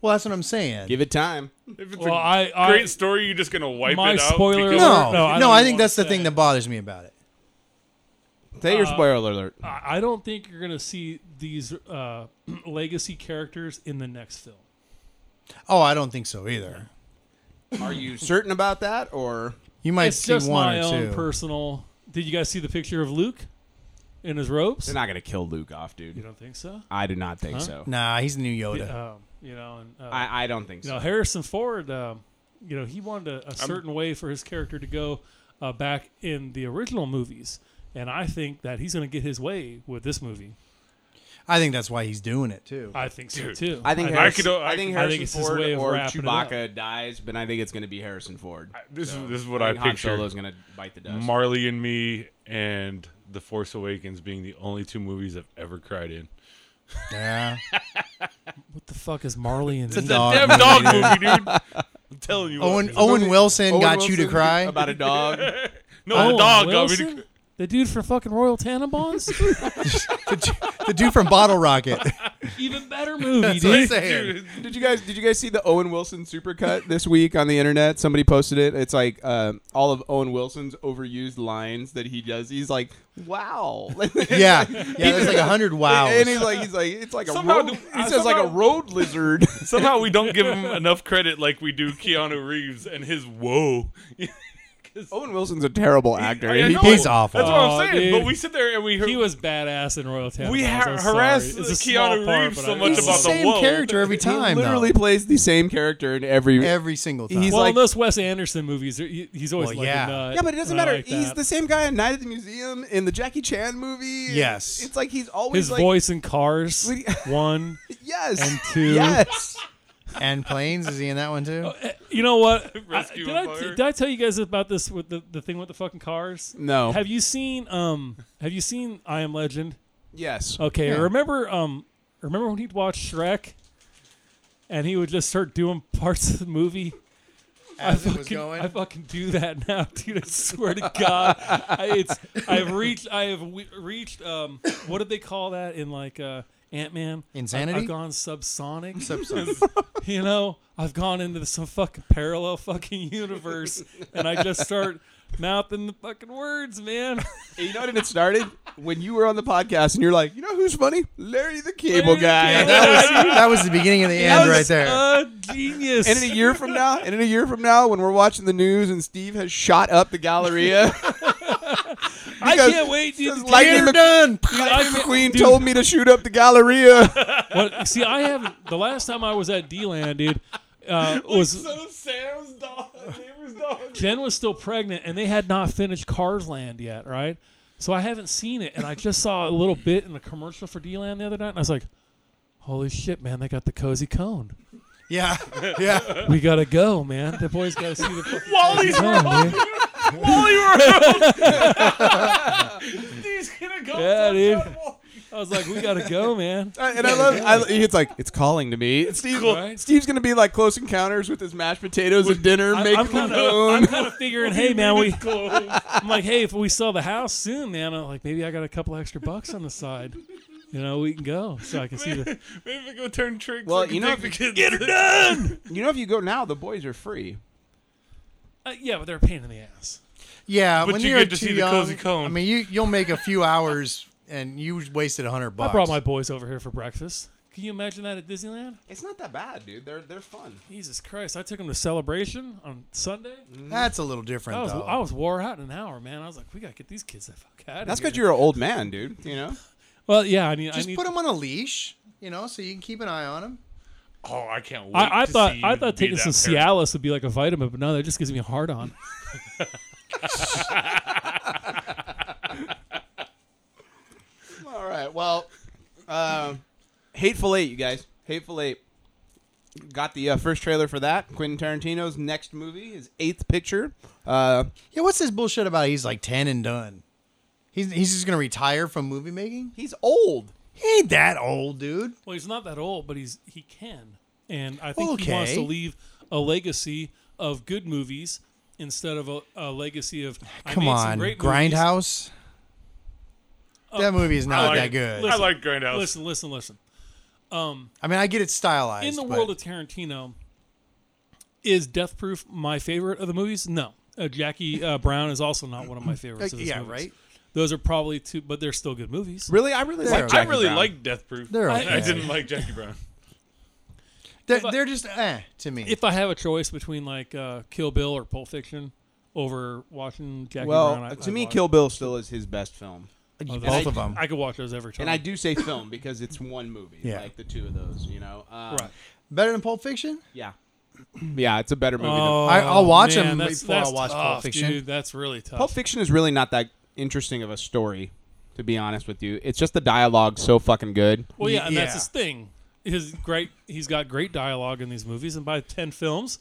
well, that's what I'm saying. Give it time. If it's Well, a I- I- great story, you're just gonna wipe My it out. spoiler because- no, alert. No, no, I I, don't even think wanna that's the say thing it. that bothers me about it. Say your spoiler alert. I I don't think you're gonna see these uh, legacy characters in the next film. Oh, I don't think so either. Are you certain about that, or You might it's see just one my or own two. personal. Did you guys see the picture of Luke in his robes? they're not gonna kill Luke off, you dude? don't think so? I do not think so. nah, he's the new Yoda. Um, you know, and, uh, I, I don't think you so. know Harrison Ford. Um, you know, he wanted a, a certain way for his character to go uh, back in the original movies, and I think that he's gonna get his way with this movie. I think that's why he's doing it too. I think so Dude, too. I think I Harrison, could- I, uh, I think could- I Harrison think it's his Ford way of or wrapping it Chewbacca dies, but I think it's gonna be Harrison Ford. This, So, is this is what I I, think Han pictured. Solo's gonna bite the dust. Marley and Me and The Force Awakens being the only two movies I've ever cried in. yeah. what the fuck is Marley and me? Dog Damn movie, dog dude. movie, dude. I'm telling you. what, Owen dude. Owen Wilson Owen got you to Wilson cry. about a dog. no, Owen the dog got me Oh, Wilson? to- the dude for fucking Royal Tannenbaums? the dude from Bottle Rocket. Even better movie, That's what I'm dude. saying. did you guys did you guys see the Owen Wilson supercut this week on the internet? Somebody posted it. It's like uh, all of Owen Wilson's overused lines that he does. He's like, "Wow." Yeah, yeah. There's like a hundred wows. And he's like, he's like, it's like Somehow a road. do- he uh, says like a somehow- road lizard. Somehow we don't give him enough credit like we do Keanu Reeves and his whoa. Owen Wilson's a terrible actor. I He- know. he's awful. That's what I'm Aw, saying. dude. But we sit there and we hear. He was badass in Royal Tannenbaums. We har- I'm harass sorry. It's a Keanu small part, Reeves but so I- much He's about the the same whoa. character every he time. literally though. plays the same character in every. every single time. He's well, like- in those Wes Anderson movies, they're- he- he's always Well, like yeah. a nut. yeah, but it doesn't and I matter. like he's that. the same guy in Night at the Museum in the Jackie Chan movie. Yes. it's like he's always his like, voice in Cars We- one. Yes, and two. Yes, and planes is he in that one too? Oh, You know what? I, Rescue did, and I, Fire. did I tell you guys about this with the, the thing with the fucking cars? No. Have you seen um Have you seen I Am Legend? yes. Okay, Yeah. remember um remember when he'd watch Shrek and he would just start doing parts of the movie? As I it fucking, was going. I fucking do that now, dude. I swear to God, I, it's I've reached. I have we, reached. Um, what did they call that in like uh, Ant Man? Insanity? I've, gone subsonic. you know, I've gone into some fucking parallel fucking universe, and I just start mouthing the fucking words, man. You know when it started? When you were on the podcast and you're like, you know who's funny? Larry the Cable Larry the Guy. Cable That was, that was the beginning of the end right That's there. uh, a genius. And in a year from now, and in a year from now, when we're watching the news and Steve has shot up the Galleria, I because- can't wait, dude. because Lightning You're Mc- done. Lightning can't- McQueen dude. told me to shoot up the Galleria. What- see, I have the last time I was at D-Land, dude, uh, was Sam's dog, neighbor's dog. Jen was still pregnant, and they had not finished Cars Land yet, right? So I haven't seen it, and I just saw a little bit in the commercial for D-Land the other night, and I was like, "Holy shit, man! They got the cozy cone. Yeah, yeah. We gotta go, man. The boys gotta see the fucking Wally's cone, dude. Wally World. He's gonna go. Yeah, fuck dude. that wall. I was like, "We gotta go, man." and I love. I, it's like it's calling to me. Steve, Right? Steve's gonna be like close encounters with his mashed potatoes at dinner, I'm- making I'm his kind of, own. I'm kind of figuring, hey man, we. I'm like, hey, if we sell the house soon, man, I'm like, maybe I got a couple extra bucks on the side. You know, we can go, so I can see the. Maybe we go turn tricks. Well, I can you know, take if the you- kids. Get her done. You know, if you go now, the boys are free. Uh, yeah, but they're a pain in the ass. Yeah, But when you are get to too see the young, cozy cone. I mean, you you'll make a few hours and you wasted a hundred bucks. I brought my boys over here for breakfast. Can you imagine that at Disneyland? It's not that bad, dude. They're they're fun. Jesus Christ! I took them to celebration on Sunday. That's a little different I was though. I was wore out in an hour, man. I was like, we gotta get these kids the fuck out. of That's here. because you're an old man, dude. You know. Well, yeah, I need. Just I need, put them on a leash, you know, so you can keep an eye on them. Oh, I can't wait. I, I to thought see I you thought be taking that some parent. Cialis would be like a vitamin, but no, that just gives me a hard on. All right. Well, um, Hateful Eight, you guys. Hateful Eight. Got the uh, first trailer for that. Quentin Tarantino's next movie, his eighth picture. Uh, Yeah, what's this bullshit about? He's like ten and done. He's he's just gonna retire from movie making. he's old. He ain't that old, dude. Well, he's not that old, but he's he can, and I think he wants Okay. to leave a legacy of good movies instead of a, a legacy of I Come made some on, great movies. Uh, Grindhouse. that movie is I not like, that good. I like Grindhouse. Listen, listen, listen. I mean, I get it stylized. In the but world of Tarantino, is Death Proof my favorite of the movies? No, uh, Jackie uh, Brown is also not one of my favorites. of his Uh, yeah, movies. right? Those are probably two, but they're still good movies. Really, I really There. like. I Jackie really Brown. like Death Proof. They're I- I okay. didn't like Jackie Brown. they're, they're just eh to me. If I have a choice between like uh, Kill Bill or Pulp Fiction over watching Jackie Well, Brown, I, to I'd me, watch- Kill Bill still is his best film, Both I- of them. I could watch those every time. and I do say film because it's one movie, Yeah. like the two of those. You know, um, Right. Better than Pulp Fiction? Yeah, yeah, it's a better movie. than- Uh, I- I'll watch Oh, man, them that's- before that's I'll watch Pulp tough, Fiction. Dude, that's really tough. Pulp Fiction is really not that interesting of a story, to be honest with you. It's just the dialogue so fucking good. well, yeah, and that's Yeah. his thing. His great, he's got great dialogue in these movies, and by ten films,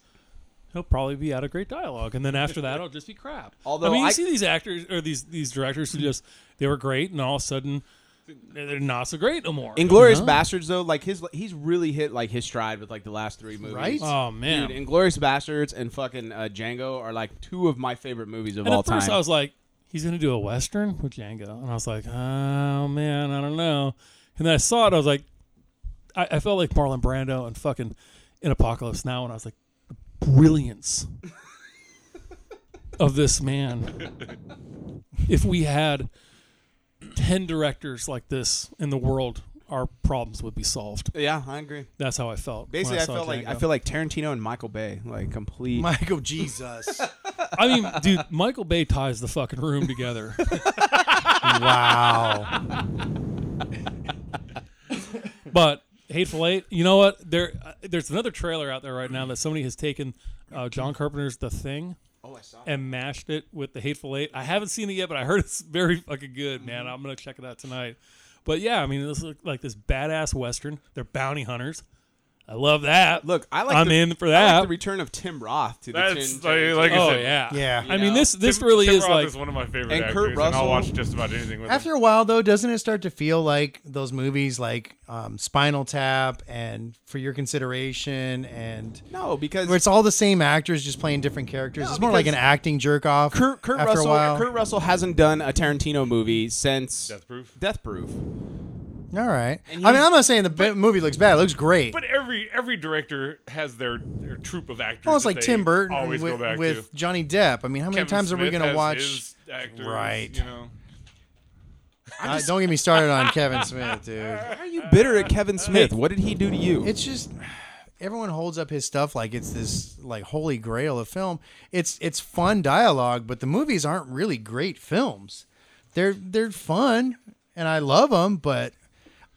he'll probably be out of great dialogue. And then after that, it'll just be crap. Although I mean, you I- see these actors or these these directors who just they were great, and all of a sudden they're they're not so great no more. Inglorious you Uh-huh. know? Bastards though, like his he's really hit like his stride with like the last three movies. Right? Oh man! Dude, Inglorious Bastards and fucking uh, Django are like two of my favorite movies of and all at first, time. I was like, he's gonna do a western with Django, and I was like, oh man, I don't know. And then I saw it, I was like, I, I felt like Marlon Brando and fucking in Apocalypse Now, and I was like, the brilliance of this man. if we had ten directors like this in the world, our problems would be solved. yeah, I agree. That's how I felt. when Basically, I, saw felt like I Django. feel like Tarantino and Michael Bay, like complete. Michael Jesus. I mean, dude, Michael Bay ties the fucking room together. wow. But Hateful Eight, you know what? There, uh, there's another trailer out there right now that somebody has taken uh, John Carpenter's The Thing oh, I saw. and mashed it with the Hateful Eight. I haven't seen it yet, but I heard it's very fucking good, man. I'm gonna check it out tonight. But yeah, I mean, this look like this badass western. They're bounty hunters. I love that. Look, I like. I'm the, in for I like that. the return of Tim Roth to the That's Tin- like, like I oh said. yeah, Yeah. I You mean, know? this this Tim- really Tim is Roth like is one of my favorite And actors, Kurt and I'll Russell. watch just about anything with After him. a while, though, doesn't it start to feel like those movies like um, Spinal Tap and For Your Consideration and no, because where it's all the same actors just playing different characters? No, it's more like an because acting jerk off. Kurt, Kurt after Russell a while. Kurt Russell hasn't done a Tarantino movie since Death Proof. Death Proof. All right. I mean, I'm not saying the ba- movie looks bad. It looks great. But every every director has their, their troop of actors. Almost that like they Tim Burton Always go with, back with to. Johnny Depp. I mean, how many Kevin times are we Smith going to has watch? his actors, Right. You know. Uh, don't get me started on Kevin Smith, dude. Why are you Uh, bitter at Kevin Smith? What did he do to you? It's just everyone holds up his stuff like it's this like holy grail of film. It's it's fun dialogue, but the movies aren't really great films. They're they're fun and I love them, but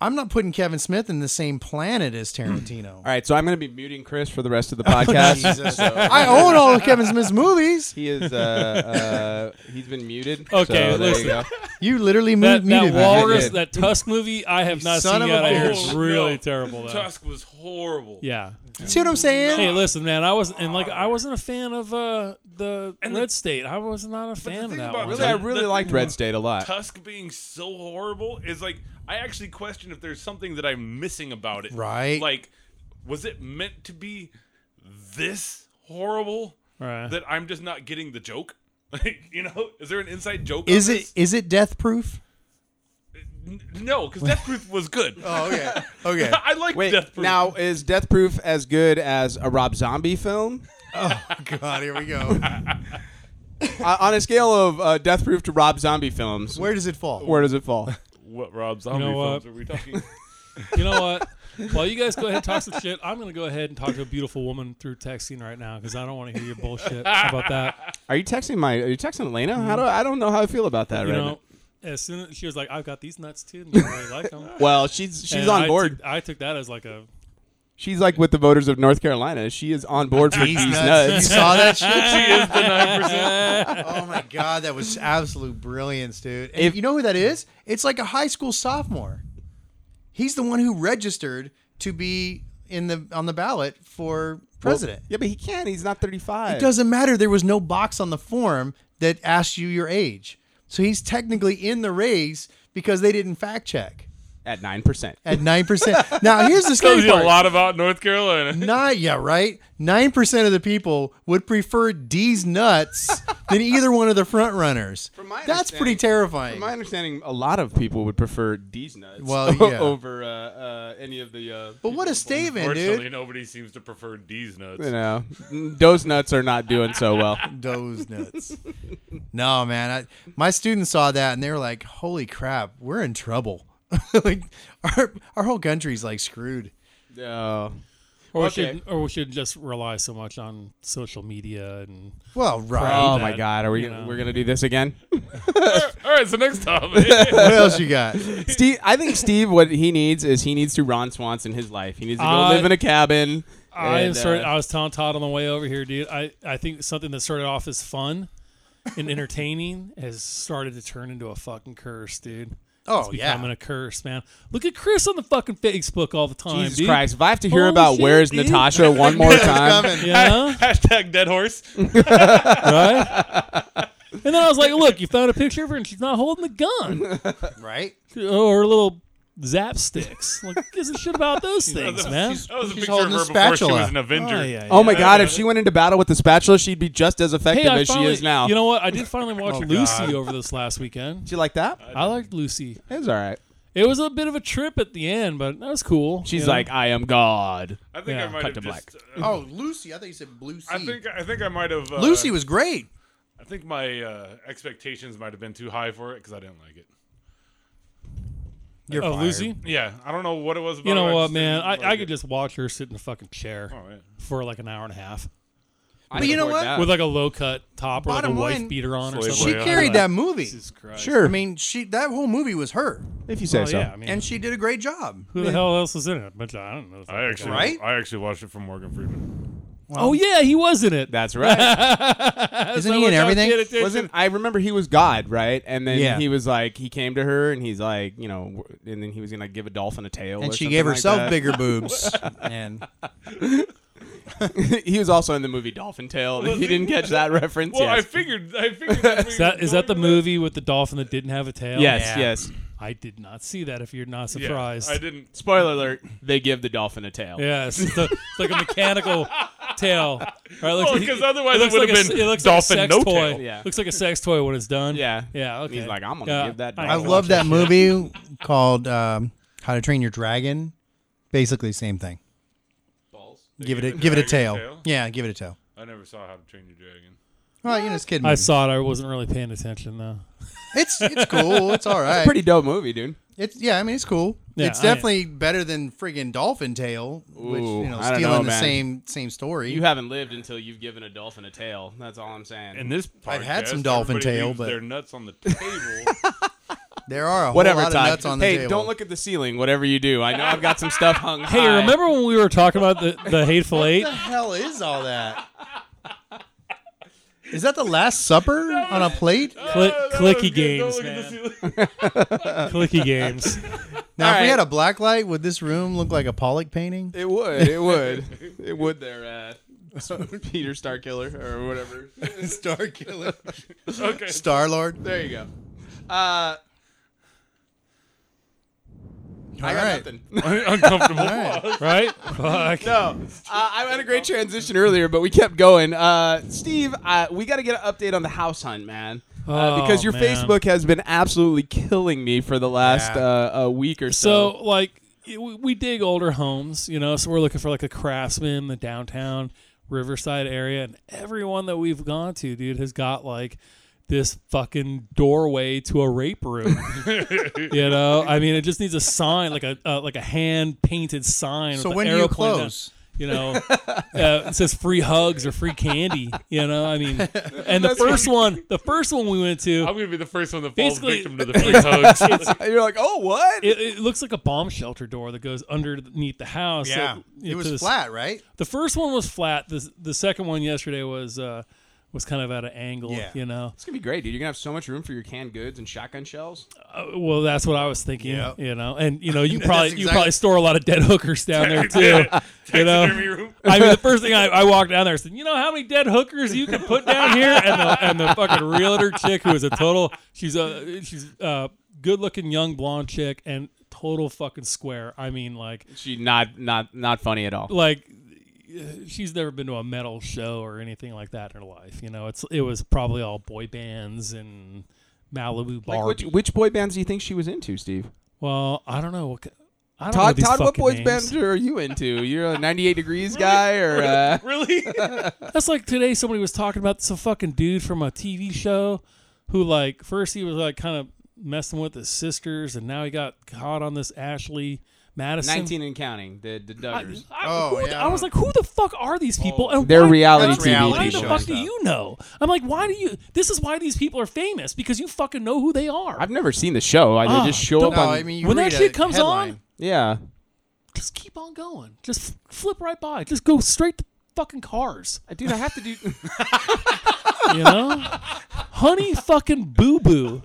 I'm not putting Kevin Smith in the same planet as Tarantino. All right, so I'm going to be muting Chris for the rest of the podcast. Jesus. I own all of Kevin Smith's movies. he is uh, uh, he's been muted. Okay, so there listen. you go. You literally mu- That, that muted me. walrus, did. that tusk movie, I have not son seen of yet. a I hear bitch. it's Oh, really no. terrible. Though. Tusk was horrible. Yeah. See what I'm saying? Hey, listen, man. I was and like I wasn't a fan of uh, the Red State. I was not a fan of thing that about one. Really, I really liked Red State a lot. Tusk being so horrible is like I actually question if there's something that I'm missing about it. Right. Like, was it meant to be this horrible Right. that I'm just not getting the joke? Like, you know, is there an inside joke? on Is it this? is it death proof? N- no? Because Death Proof was good. Oh, okay. Okay. I like Wait, Death Proof. now is Death Proof as good as a Rob Zombie film? God, here we go. uh, on a scale of uh, Death Proof to Rob Zombie films, where, Where does it fall? does it fall? what Rob Zombie know what? films are we talking? You know what? While you guys go ahead and talk some shit, I'm gonna go ahead and talk to a beautiful woman through texting right now because I don't want to hear your bullshit How about that. Are you texting my? Are you texting Elena? How do I don't know how I feel about that You right know, now. as soon as she was like, "I've got these nuts too," and you really like them. Well, she's she's And on I board. took- I took that as like a she's like with the voters of North Carolina. She is on board for these You nuts. saw that shit? she is the nine percent. Oh my god, that was absolute brilliance, dude. And If- you know who that is? It's like a high school sophomore. He's the one who registered to be in the on the ballot for president. Yeah, but he can't. He's not 35. it doesn't matter. There was no box on the form that asked you your age. So he's technically in the race because they didn't fact check at nine percent. at 9%. now, here's the Tells scary you a part. lot about North Carolina. Not yeah, right. Nine percent of the people would prefer D's nuts than either one of the front runners. my That's pretty understanding- terrifying. From my understanding, a lot of people would prefer these nuts Well, yeah. over uh, uh, any of the. Uh, but what a statement, Fortunately, dude. nobody seems to prefer D's nuts. you know, those nuts are not doing so well. Those nuts. no, man. I, my students saw that and they were like, "Holy crap, we're in trouble. like our our whole country's like screwed." No. Or Okay. we should, or we should just rely so much on social media and Well, right. Oh that, my God! Are we? you gonna- know. We're gonna do this again? All right, so next topic. what else you got? Steve, I think Steve, what he needs is he needs to Ron Swanson his life. He needs to go I- live in a cabin. I am and, started, uh, I was telling Todd on the way over here, dude. I, I think something that started off as fun and entertaining has started to turn into a fucking curse, dude. Oh yeah. Yeah. I'm a curse, man. Look at Chris on the fucking Facebook all the time, Jesus dude. Christ! If I have to hear Holy about shit, where's dude. Natasha one more time, Coming. Yeah, Hashtag dead horse. right. And then I was like, "Look, you found a picture of her, and she's not holding the gun Right. or her little zap sticks. Like, who gives a shit about those things, man." That was a picture of holding her a before she spatula. was an Avenger. Ay, ay, oh my God! If she went into battle with the spatula, she'd be just as effective Hey, I as finally, she is now. You know what? I did finally watch Oh, Lucy God. over this last weekend. Did you like that? I liked Lucy. It was all right. It was a bit of a trip at the end, but that was cool. She's you know? like, I am God. I think Yeah, I might cut have to just. uh, Oh, Lucy. I thought you said Blue Sea. I think I think I might have. Uh, Lucy was great. I think my uh, expectations might have been too high for it because I didn't like it. You're oh, fired. Lucy. Yeah, I don't know what it was. about You it, know I what, just man? didn't I, like I it. could just watch her sit in a fucking chair All right. for like an hour and a half I But you know support what? that. with like a low cut top or like a Bottom wife line, beater on or Slave something. She Boy, like carried that movie. Jesus Christ. sure, I mean, she that whole movie was her, if you say Oh, so. yeah, I mean, and she did a great job. who the hell else was in it? But I don't know. I actually, Right? I actually watched it from Morgan Freeman. oh yeah, he was in it. That's right. Isn't he in everything? Wasn't I remember he was God, right? And then Yeah. he was like, he came to her and he's like, you know, w- and then he was gonna give a dolphin a tail, And or she something gave like herself that. bigger boobs. And he was also in the movie Dolphin Tale. If you didn't catch that reference, Well, I yes. figured. I figured. That Is that is that the movie with the dolphin that didn't have a tail? yes, Yeah. yes. I did not see that. If you're not Yeah, surprised, I didn't. Spoiler alert: they give the dolphin a tail. Yes, it's, a- it's like a mechanical tail. Right, Well, Oh, 'cause otherwise it would've a s- been it looks dolphin like a sex toy. no tail. Yeah. Looks like a sex toy when it's done. Yeah. yeah. And Okay. he's like, I'm gonna Yeah, give that I dog I a watch love it. that movie called um, How to Train Your Dragon, basically the same thing. Balls. give it a, give it a tail. tail. Yeah, give it a tail. I never saw How to Train Your Dragon. Well, you know, it's kid. I movies. saw it. I wasn't really paying attention though. It's it's cool. It's all right. Pretty dope movie, dude. It's yeah. I mean, it's cool. Yeah, it's I- definitely better than friggin' Dolphin Tail, which Ooh, you know, I don't stealing know, the man. same same story. You haven't lived until you've given a dolphin a tail. That's all I'm saying. And this podcast, I've had some dolphin everybody tail, leaves but- their nuts on the table. there are a whatever, whole lot Todd. of nuts on the hey, table. don't look at the ceiling. Whatever you do, I know I've got some stuff hung. Hey, high. remember when we were talking about the, the hateful eight? What the hell is all that? Is that the Last Supper on a plate? Cli- That was clicky good. Don't games, look at the man. ceiling. Clicky games. Now, if All we right. had a black light, would this room look like a Pollock painting? It would. It would. it would. There, uh, Peter Starkiller or whatever. Star Killer, Okay. Star Lord. There you go. Uh, I All got right. nothing. Uncomfortable. All right. Right? Fuck. No, uh, I had a great transition earlier, but we kept going. Uh, Steve, uh, we got to get an update on the house hunt, man. Uh, Oh, because your man. Facebook has been absolutely killing me for the last Yeah. uh, a week or so. So, like, it- we we dig older homes, you know, so we're looking for like a craftsman in the downtown Riverside area. And everyone that we've gone to, dude, has got like this fucking doorway to a rape room. you know, I mean, it just needs a sign, like a uh, like a hand painted sign. So with when the do you arrow pointing down. close? You know, uh, it says free hugs or free candy. You know, I mean, and the first one, the first one we went to, I'm gonna be the first one that falls Basically- victim to the free hugs. And you're like, oh, what? it, it looks like a bomb shelter door that goes underneath the house. Yeah, So, you it know, to was this- flat, right? The first one was flat. The the second one yesterday was uh was kind of at an angle. Yeah. You know. It's gonna be great, dude. You're gonna have so much room for your canned goods and shotgun shells. Uh, well, that's what I was thinking. Yeah. You know, and you know, you That's probably you exact- probably store a lot of dead hookers down there too. you Taxidermy know. room. I mean, the first thing I, I walked down there, I said, "You know how many dead hookers you can put down here?" And the, and the fucking realtor chick, who is a total, she's a she's a good-looking young blonde chick, and total fucking square. I mean, like She not not not funny at all. like she's never been to a metal show or anything like that in her life. You know, it's it was probably all boy bands and Malibu Like, which, Barbie. which boy bands do you think she was into, Steve? well, I don't know. What, ki- I don't know Todd, these Todd, what fucking boys names. bands are you into? You're a 98 degrees guy, or uh, really? That's like today. Somebody was talking about some fucking dude from a TV show who, like, first he was like kind of messing with his sisters, and now he got caught on this Ashley Madison. 19 and counting? The the I, Duggars. I- Oh, who- yeah. I was like, who the fuck are these people? and They're why- reality and I'm TV like, Why people the and fuck do stuff. you know? I'm like, why do you? This is why these people are famous because you fucking know who they are. I've never seen the show. I Ah, they just show don't- up No, on. I mean you when read that a shit comes headline. on, yeah, just keep on going. Just f- flip right by. Just go straight to fucking cars. dude, I have to do. You know, honey, fucking boo boo.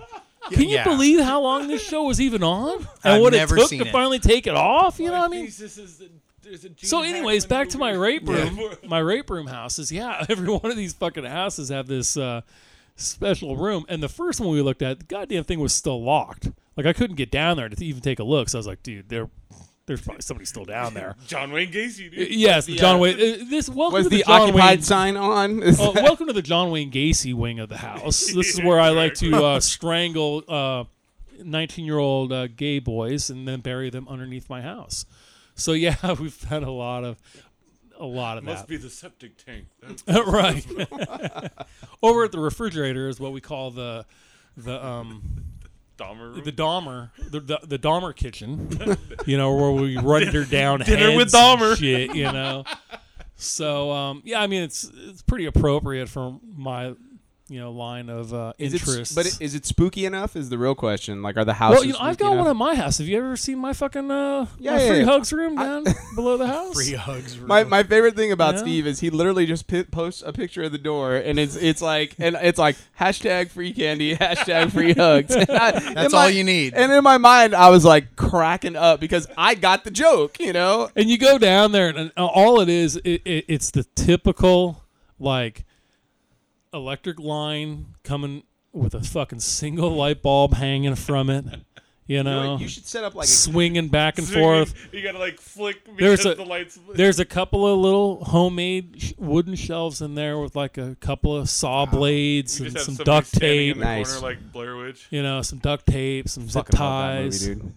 Can you Yeah. believe how long this show was even on and I've what never it took seen to it. finally take it off? You know what I mean? there's a Gene So, anyways, Hackman back to my movie. rape room. Yeah. My rape room houses. Yeah, every one of these fucking houses have this uh, special room. And the first one we looked at, the goddamn thing was still locked. Like I couldn't get down there to even take a look. So I was like, dude, there, there's probably somebody still down there. John Wayne Gacy, dude. Yes, the John Wayne. uh, This welcome was to the, the John occupied Wayne. sign on? uh, welcome to the John Wayne Gacy wing of the house. This is where I like to uh, strangle uh, 19-year-old uh, gay boys and then bury them underneath my house. So yeah, we've had a lot of a lot of Must that. be the septic tank. That's right. Over at the refrigerator is what we call the the um Dahmer room. the Dahmer the the, the Dahmer kitchen. You know where we render down Dinner with heads and Dahmer. shit. You know. So um, yeah, I mean it's it's pretty appropriate for my you know line of uh, is it, interests. but it- is it spooky enough? Is the real question. Like, are the houses? well, you know, I've spooky got enough? one at my house. Have you ever seen my fucking uh, Yeah, my yeah, free yeah. hugs room down below the house? Free hugs. My, my favorite thing about Yeah. Steve is he literally just pi posts a picture of the door and it's it's like and it's like hashtag free candy hashtag free hugs. And I- That's in my- all you need. And in my mind, I was like cracking up because I got the joke, you know. and you go down there, and, and all it is, it, it, it's the typical like electric line coming with a fucking single light bulb hanging from it, you know, you should set up like a, swinging back and forth. You gotta like flick There's because a- the lights. There's a couple of little homemade sh- wooden shelves in there with like a couple of saw blades You and just some have somebody duct standing tape, in the Nice. corner like Blair Witch. you know, some duct tape, some zip fucking love that movie, ties. dude.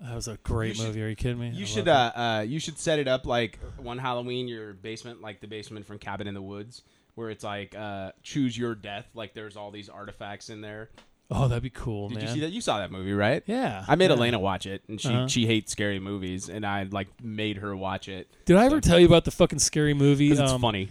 That was a great movie. Are you kidding me? You I should love uh, uh you should set it up like one Halloween your basement like the basement from Cabin in the Woods where it's like uh choose your death like there's all these artifacts in there. it. oh, that'd be cool, Did man. you see that? You saw that movie, right? Yeah. I made yeah. Elena watch it and she Uh-huh. she hates scary movies and I like made her watch it. Did I ever tell you about the fucking scary movie? 'Cause It's Um, funny.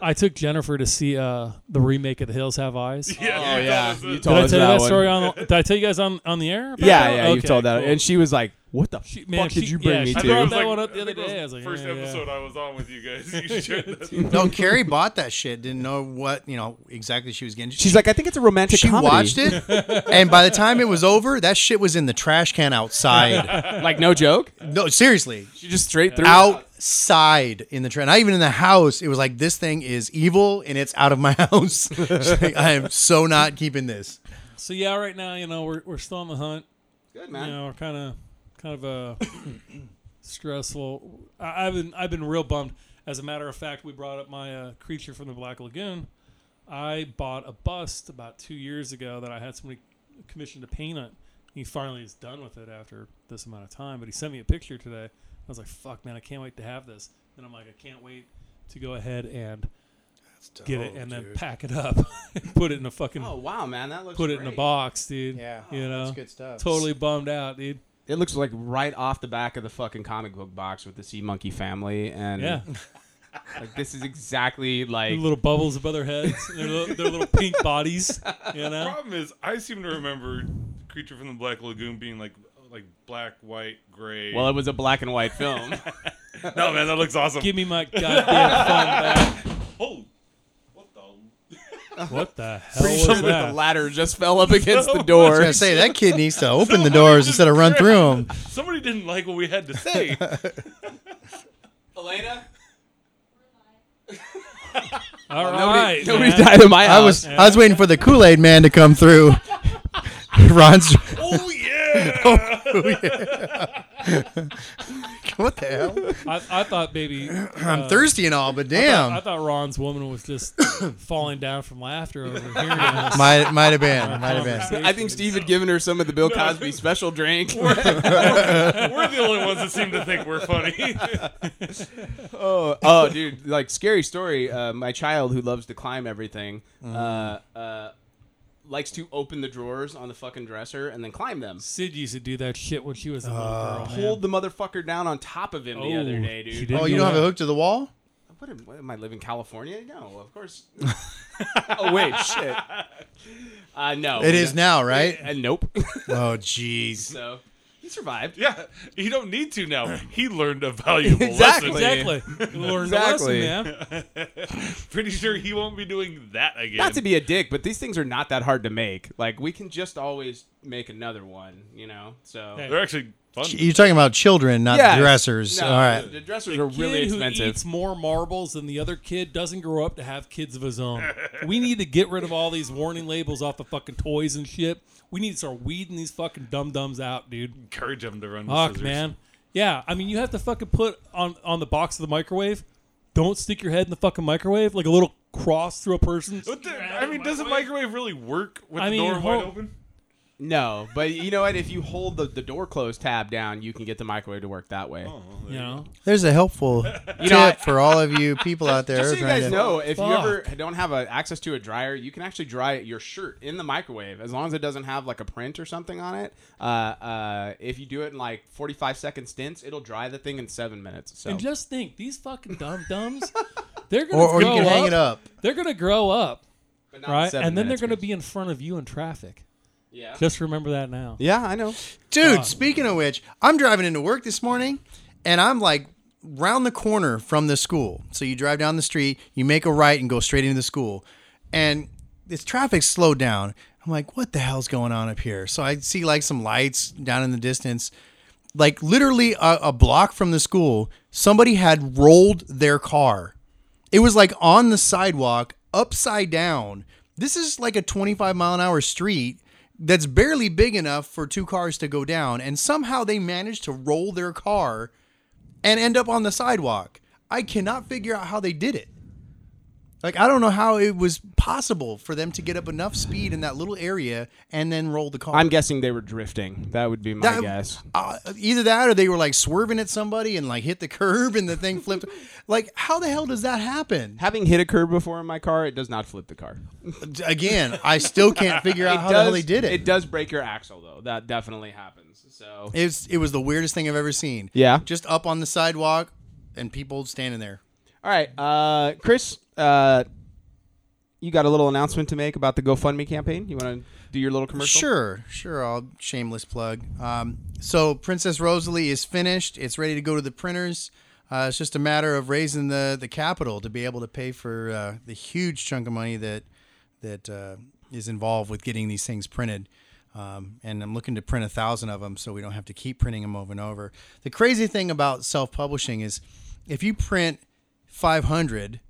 I took Jennifer to see uh, the remake of The Hills Have Eyes. Did Yeah, Oh you yeah, told us you that. told I us tell you that one. story on? Did I tell you guys on on the air? about Yeah, that? yeah, you've Okay, told that, cool. and she was like, "What the She- man, fuck did she- you brought yeah, me she I to?" brought brought that one up the other day. I was like, first yeah, yeah. episode I was on with you guys. You shared that. No, Carrie bought that shit. Didn't know what you know exactly she was getting. She's like, "I think it's a romantic she comedy." watched it, and by the time it was over, that shit was in the trash can outside. like no joke. No, seriously, She just straight through. outside in the trash. Not even in the house. It was like this thing is evil, and it's out of my house. She's like, I am so not keeping this. So yeah, right now you know we're we're still on the hunt. Good You know, we're kind of kind of uh, stressful. I, I've been I've been real bummed. As a matter of fact, we brought up my uh, creature from the Black Lagoon. I bought a bust about two years ago that I had somebody commissioned to paint on. He finally is done with it after this amount of time, but he sent me a picture today. I was like, "Fuck, man, I can't wait to have this." And I'm like, "I can't wait to go ahead and get Oh, it and then pack it up, and put it in a fucking Oh wow, man, that looks. put it in a great. box, dude. Yeah, Oh, you know, that's good stuff. Totally bummed out, dude. It looks like right off the back of the fucking comic book box with the sea monkey family, and Yeah, like this is exactly like Their little bubbles above their heads, and their little, their little pink bodies. You The know, problem is, I seem to remember Creature from the Black Lagoon being like like black, white, gray. Well, it was a black and white film. no, man, that looks awesome. give me my goddamn phone oh, what the? back. What the hell Pretty sure was that the that? ladder just fell up against the I door. was gonna say that kid needs to open the doors instead of run through them. Somebody didn't like what we had to say. Elena, All right, nobody, nobody man. died in my house. I was I was waiting for the Kool Aid Man to come through. Ron's oh yeah. what the hell? I, I thought maybe I'm thirsty and all, but Uh, I damn, thought Ron's woman was just falling down from laughter over hearing us. might might have been, might have been. I think Steve had given her some of the Bill Cosby special drink. We're the only ones that seem to think we're funny. oh, dude, like scary story. Uh, my child who loves to climb everything uh, uh, likes to open the drawers on the fucking dresser and then climb them. Sid used to do that shit when she was a little girl. man. Pulled the motherfucker down on top of him the other Oh, day, she dude. did Oh, you don't have it hooked to the wall? What am, what am I live in California? No, of course. oh wait, shit. Uh, no, It is now, right? Uh, nope. Oh, jeez. so he survived. yeah, you don't need to now. He learned a valuable Exactly. lesson. Exactly. Learned a lesson, Exactly. man. Pretty sure he won't be doing that again. Not to be a dick, but these things are not that hard to make. Like we can just always make another one, you know. So Hey, They're actually fun. You're talking about children, not Yeah. dressers. No, All right. The dressers are really kid who expensive. eats more marbles than the other kid doesn't grow up to have kids of his own. we need to get rid of all these warning labels off the fucking toys and shit. We need to start weeding these fucking dum dums out, dude. Encourage him to run. with Fuck, scissors. man. Yeah, I mean, you have to fucking put on on the box of the microwave. Don't stick your head in the fucking microwave like a little cross through a person's. What the, I mean, does a microwave really work with I the mean, door wide ho- open? No, but you know what? If you hold the, the door close tab down, you can get the microwave to work that way. You know, There's a helpful know, tip for all of you people out there. Just so you trying guys to- know, if you Fuck. ever don't have a, access to a dryer, you can actually dry your shirt in the microwave as long as it doesn't have like a print or something on it. Uh, uh, if you do it in like 45 second stints, it'll dry the thing in seven minutes. So and just think, these fucking dum dums, they're gonna Or, or you grow can up, hang it up. They're gonna grow up, but not in right? seven And then they're minutes, gonna Chris. be in front of you in traffic. yeah. Just remember that now. Yeah, I know. Dude, speaking of which, I'm driving into work this morning and I'm like round the corner from the school. So you drive down the street, you make a right and go straight into the school. And this traffic's slowed down. I'm like, what the hell's going on up here? So I see like some lights down in the distance. Like literally a, a block from the school, somebody had rolled their car. It was like on the sidewalk, upside down. This is like a 25 mile an hour street that's barely big enough for two cars to go down. And somehow they managed to roll their car and end up on the sidewalk. I cannot figure out how they did it. Like I don't know how it was possible for them to get up enough speed in that little area and then roll the car. I'm guessing they were drifting. That would be my That- guess. Uh, either that or they were like swerving at somebody and like hit the curb and the thing flipped. like how the hell does that happen? Having hit a curb before in my car, it does not flip the car. Again, I still can't figure out it how does, Oh, the hell they did it. It does break your axle though. That definitely happens. So It's it was the weirdest thing I've ever seen. Yeah. Just up on the sidewalk and people standing there. all right, uh, Chris, uh, you got a little announcement to make about the GoFundMe campaign. You want to do your little commercial? Sure, sure. I'll shameless plug. Um, so Princess Rosalie is finished. It's ready to go to the printers. Uh, it's just a matter of raising the the capital to be able to pay for uh, the huge chunk of money that that uh, is involved with getting these things printed. Um, and I'm looking to print a thousand of them so we don't have to keep printing them over and over. The crazy thing about self publishing is if you print 500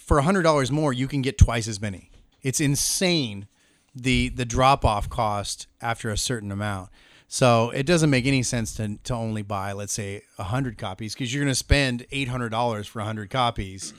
for $100 more, you can get twice as many. It's insane the the drop off cost after a certain amount. So it doesn't make any sense to, to only buy, let's say, 100 copies because you're going to spend $800 for 100 copies.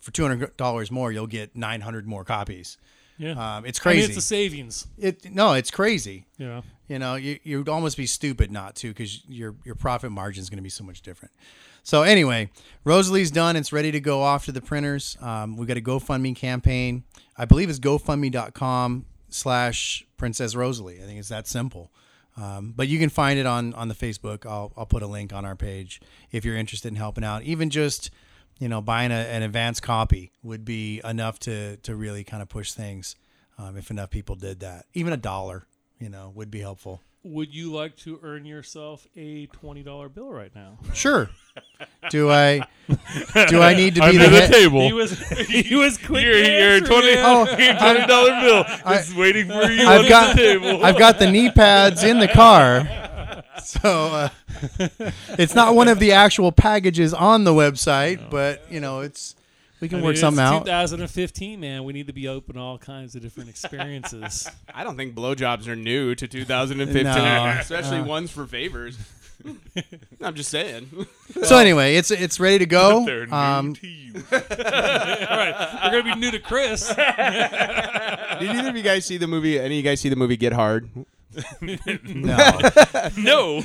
For $200 more, you'll get 900 more copies. Yeah, Um, it's I mean, crazy. it's a savings. It no, it's crazy. You know, You know, you, you'd almost be stupid not to because your your profit margin is going to be so much different. So anyway, Rosalie's done. It's ready to go off to the printers. Um, we've got a GoFundMe campaign. I believe it's GoFundMe.com slash Princess Rosalie. I think it's that simple. Um, but you can find it on on the Facebook. I'll, I'll put a link on our page if you're interested in helping out. Even just you know buying a, an advanced copy would be enough to to really kind of push things. Um, if enough people did that, even a dollar, you know, would be helpful. would you like to earn yourself a twenty dollar bill right now? Sure. Do I do I need to be Under the the head? table. He was he was quick. You're, to you're answer, twenty man. Oh, your twenty dollar bill. It's waiting for you I've under got- the table. I've got the knee pads in the car, so uh, it's not one of the actual packages on the website, but you know, it's we I can mean, work it's something out. 2015, man. We need to be open to all kinds of different experiences. I don't think blowjobs are new to 2015, No. especially ones for favors. I'm just saying. So anyway, it's it's ready to go. They're new Um, to you. all right, we're gonna be new to Chris. Did either of you guys see the movie? Any of you guys see the movie Get Hard? no, No,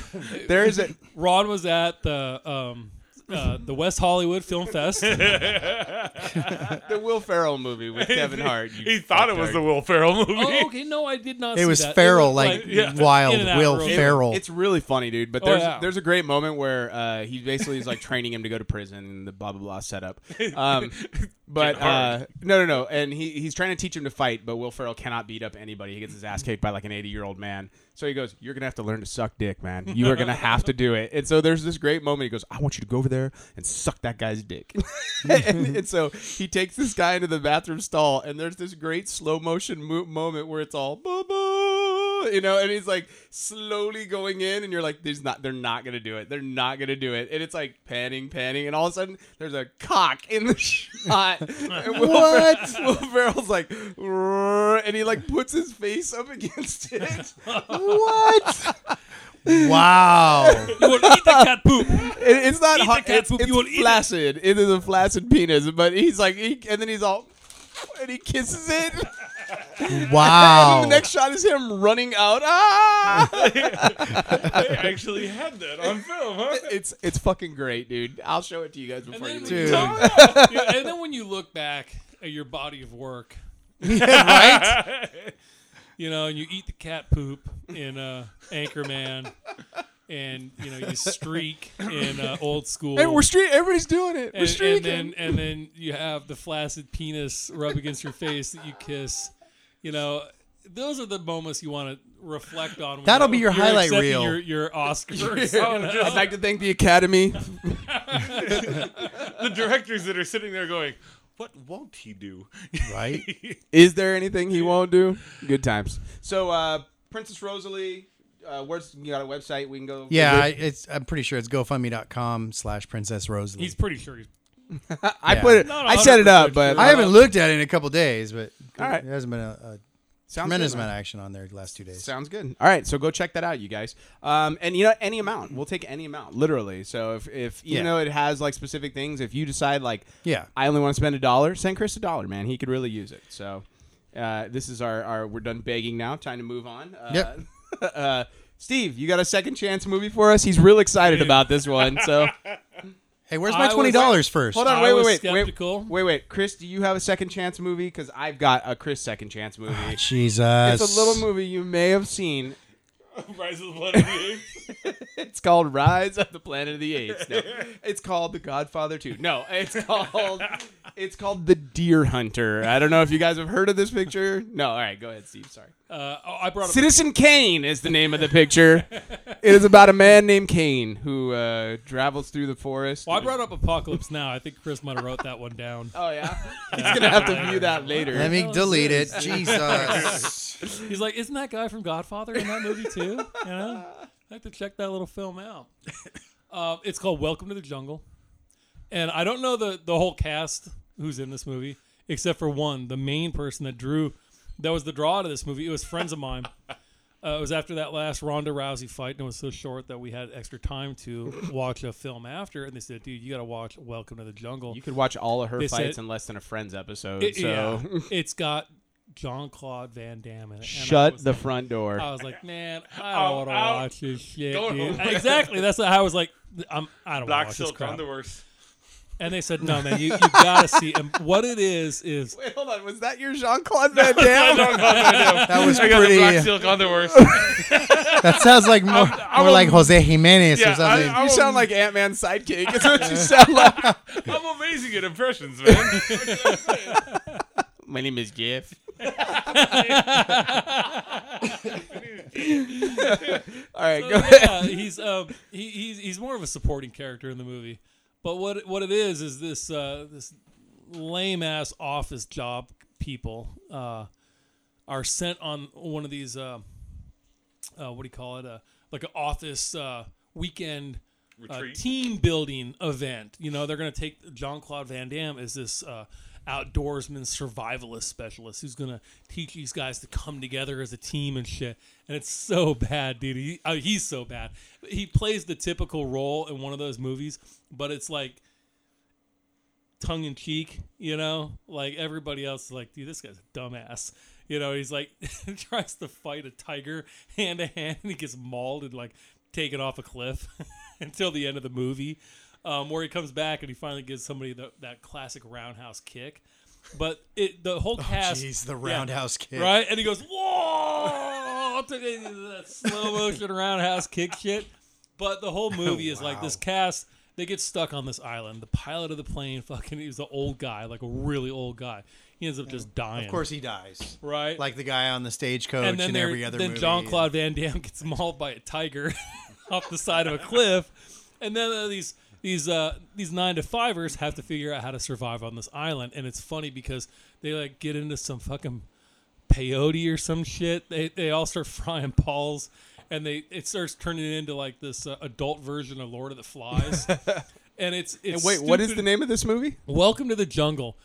There is a Ron was at the um, uh, the West Hollywood Film Fest. the Will Ferrell movie with Kevin Hart. you he thought it was fucktard. the Will Ferrell movie. Oh, okay, no, I did not. it see was that. feral, like, looked yeah. wild In and out Will road. Ferrell. It's really funny, dude. But Oh, there's yeah. there's a great moment where uh, he basically is like training him to go to prison and the blah blah blah setup. Um, but uh, no, no, no. And he, he's trying to teach him to fight, but Will Ferrell cannot beat up anybody. He gets his ass kicked by like an 80 year old man. So he goes, "You're gonna have to learn to suck dick, man. You are gonna have to do it." And so there's this great moment. He goes, "I want you to go over there and suck that guy's dick." and, and so he takes this guy into the bathroom stall, and there's this great slow motion mo- moment where it's all, "Bubba," you know, and he's like slowly going in, and you're like, "There's not. They're not gonna do it. They're not gonna do it." And it's like panning, panning, and all of a sudden there's a cock in the shot. And Will What? Fer- Will Ferrell's like, "Rrrr," and he like puts his face up against it. what? wow. You will eat the cat poop. It- it's not Eat the hot. cat It's, poop, it's you will eat it. flaccid. it is a flaccid penis, but he's like, he, and then he's all, and he kisses it. Wow. Oh. And the next shot is him running out. Ah! They actually had that on film, huh? it's it's fucking great, dude. I'll show it to you guys And before then, you leave. when you Dude. talk- yeah, and then when you look back at your body of work, right? you know, and you eat the cat poop in uh, Anchorman, and you know you streak in uh, Old School. Hey, we're street. Everybody's doing it. We're and, and streaking. then and then you have the flaccid penis rub against your face that you kiss. You know, those are the moments you want to reflect on. when That'll be your you're- you're highlight accepting reel. Your, your Oscars. I'd like to thank the Academy. The directors that are sitting there going, "What won't he do?" right. Is there anything he won't do? Good times. So, uh, Princess Rosalie, uh, where's you got a website we can go? Yeah, I, it's. I'm pretty sure it's GoFundMe.com slash Princess Rosalie. He's pretty sure he's I Yeah. put it. Not I set it up, 100% but sure. I haven't looked at it in a couple days, but All right. there hasn't been a, Sounds Tremendous good, amount man. of action on there the last two days. Sounds good. All right, so go check that out, you guys. Um, and you know, any amount, we'll take any amount, literally. So if if you Yeah. know it has like specific things, if you decide like, Yeah. I only want to spend a dollar, send Chris a dollar, man. He could really use it. So uh, this is our our we're done begging now. Time to move on. Uh, Yep. uh, Steve, you got a second chance movie for us? He's real excited about this one. So Hey, where's I my was- twenty dollars first? hold on, I wait, wait, was wait, skeptical. wait, wait, wait. Chris, do you have a second chance movie? Because I've got a Chris second chance movie. Jesus. It's a little movie you may have seen. Rise of the Planet of the Apes. It's called Rise of the Planet of the Apes. No, it's called The Godfather 2. No, it's called it's called The Deer Hunter. I don't know if you guys have heard of this picture. No, all right, go ahead, Steve. Sorry. Uh, oh, I brought up Citizen Kane is the name of the picture. it is about a man named Kane who uh, travels through the forest. Well, I brought up Apocalypse Now. I think Chris might have wrote that one down. oh yeah, he's gonna have to view that later. Let me Oh, delete it. Jesus. He's like, isn't that guy from Godfather in that movie too? You know, I have to check that little film out. Uh, it's called Welcome to the Jungle, and I don't know the the whole cast who's in this movie except for one, the main person that drew that was the draw to this movie. It was friends of mine. Uh, it was after that last Ronda Rousey fight, and it was so short that we had extra time to watch a film after. And they said, "Dude, you got to watch Welcome to the Jungle." You could watch all of her They said- fights in less than a Friends episode. It- so yeah, it's got John Claude Van Damme in it. and I shut was Uh, the like, front door. I was like, man, I don't want to out. watch this shit, Go dude. home. exactly. That's how I was like, I'm, I don't want to Black watch this Silk crap. Underwear. And they said, no, man, you, you gotta see. And what it is is Wait, hold on. Was that your Jean Claude Van Damme? That was I got the Black pretty. Silk Underwear. That sounds like more, I more will- like Jose Jimenez Yeah, or something. I- You sound like Ant Man's sidekick. That's what you sound like. I'm amazing at impressions, man. My name is Jeff. All right, go ahead. yeah, he's um, he, he's he's more of a supporting character in the movie. But what it- what it is is this uh, this lame ass office job people uh, are sent on one of these uh, uh, what do you call it uh, like an office uh, weekend uh, Retreat. team building event. You know they're gonna take John Claude Van Damme is this. Uh, outdoorsman survivalist specialist who's gonna teach these guys to come together as a team and shit. And it's so bad, dude. He, uh, he's so bad. He plays the typical role in one of those movies, but it's like tongue in cheek, you know? Like everybody else is like, dude, this guy's a dumbass. You know, he's like tries to fight a tiger hand to hand and he gets mauled and like taken off a cliff until the end of the movie. Um, where he comes back and he finally gives somebody the, that classic roundhouse kick. But it the whole cast Jeez, the yeah. roundhouse kick. Right? And he goes, whoa! Took it- that slow motion roundhouse kick shit. But the whole movie is like this cast, they get stuck on this island. The pilot of the plane, fucking, he's an old guy, like a really old guy. He ends up just dying. Of course, he dies. Right? Like the guy on the stagecoach and then in there- every other then movie. John Claude Van Damme gets mauled by a tiger off the side of a cliff, and then uh, these these uh, these nine to fivers have to figure out how to survive on this island, and it's funny because they like get into some fucking peyote or some shit. They they all start frying paws, and they it starts turning into like this uh, adult version of Lord of the Flies. And it's, And it's wait, what is the stupid name of this movie? Welcome to the Jungle,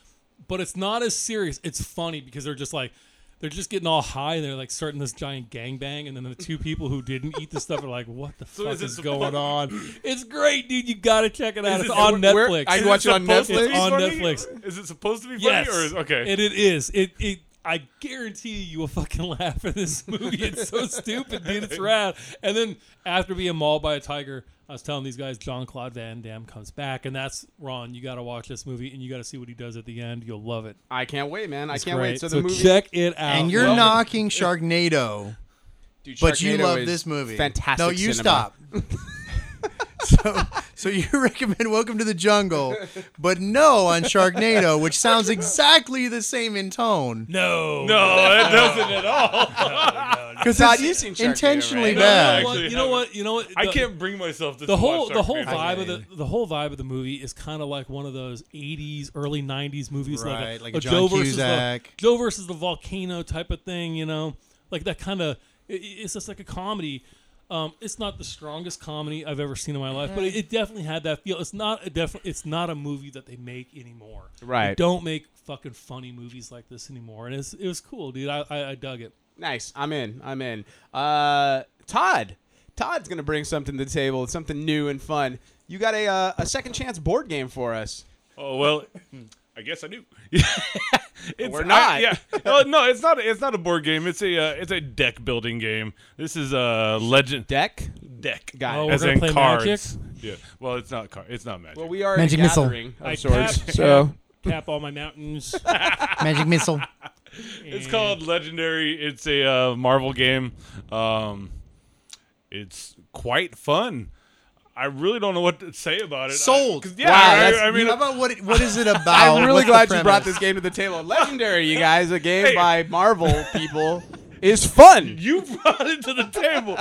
but it's not as serious. It's funny because they're just like they're just getting all high and they're like starting this giant gangbang, and then the two people who didn't eat the stuff are like, "What the fuck is it is going supposed- on?" It's great, dude. You gotta check it out. Is It's it- on where- where- Netflix. I Is can watch it on supposed to be Netflix? On funny? Netflix. Is it supposed to be funny yes, or is okay? and it is. It it. I guarantee you, you will fucking laugh at this movie. It's so stupid, dude. It's rad. And then after being mauled by a tiger, I was telling these guys, John Claude Van Damme comes back, and that's Ron. You got to watch this movie, and you got to see what he does at the end. You'll love it. I can't wait, man. I It's can't great. wait. So the movie, check it out. And you're Well, knocking Sharknado, Dude, but you Sharknado love is this movie. Fantastic. No, you cinema. stop. so, so you recommend Welcome to the Jungle, but no on Sharknado, which sounds exactly the same in tone. No, No, it doesn't at all. Because Todd, you've seen Sharknado, intentionally right? bad. No, Well, actually you know haven't. what? You know what? I The- can't bring myself to The watch whole the Sharknado. whole vibe of the the whole vibe of the movie is kind of like one of those '80s, early '90s movies, Right, like a, like a John Joe versus the, Cusack. Joe versus the volcano type of thing. You know, like that kind of. It's just like a comedy. Um, it's not the strongest comedy I've ever seen in my life, but it, it definitely had that feel. It's not a def- It's not a movie that they make anymore. They Right. don't make fucking funny movies like this anymore, and it's, it was cool, dude. I, I, I dug it. Nice. I'm in. I'm in. Uh, Todd. Todd's gonna bring something to the table. Something new and fun. You got a uh, a second chance board game for us. Oh well, I guess I do. It's- We're I- not. yeah. Well, no, it's not. It's not a board game. It's a. Uh, it's a deck building game. This is a legend Deck. deck. Got it. Oh, we're as gonna in play cards. Magic? Yeah. Well, it's not card. It's not magic. Well, we are Magic in a missile. gathering of I sorts. tap- so Cap all my mountains. Magic missile. It's called Legendary. It's a uh, Marvel game. Um, it's quite fun. I really don't know what to say about it. I- Sold. 'cause, yeah, Wow, I- that's- I, mean, How about what? What is it about? I'm really Oh, What's the glad you brought premise? this game to the table. Legendary, you guys. A game Hey. by Marvel people is fun. you brought it to the table.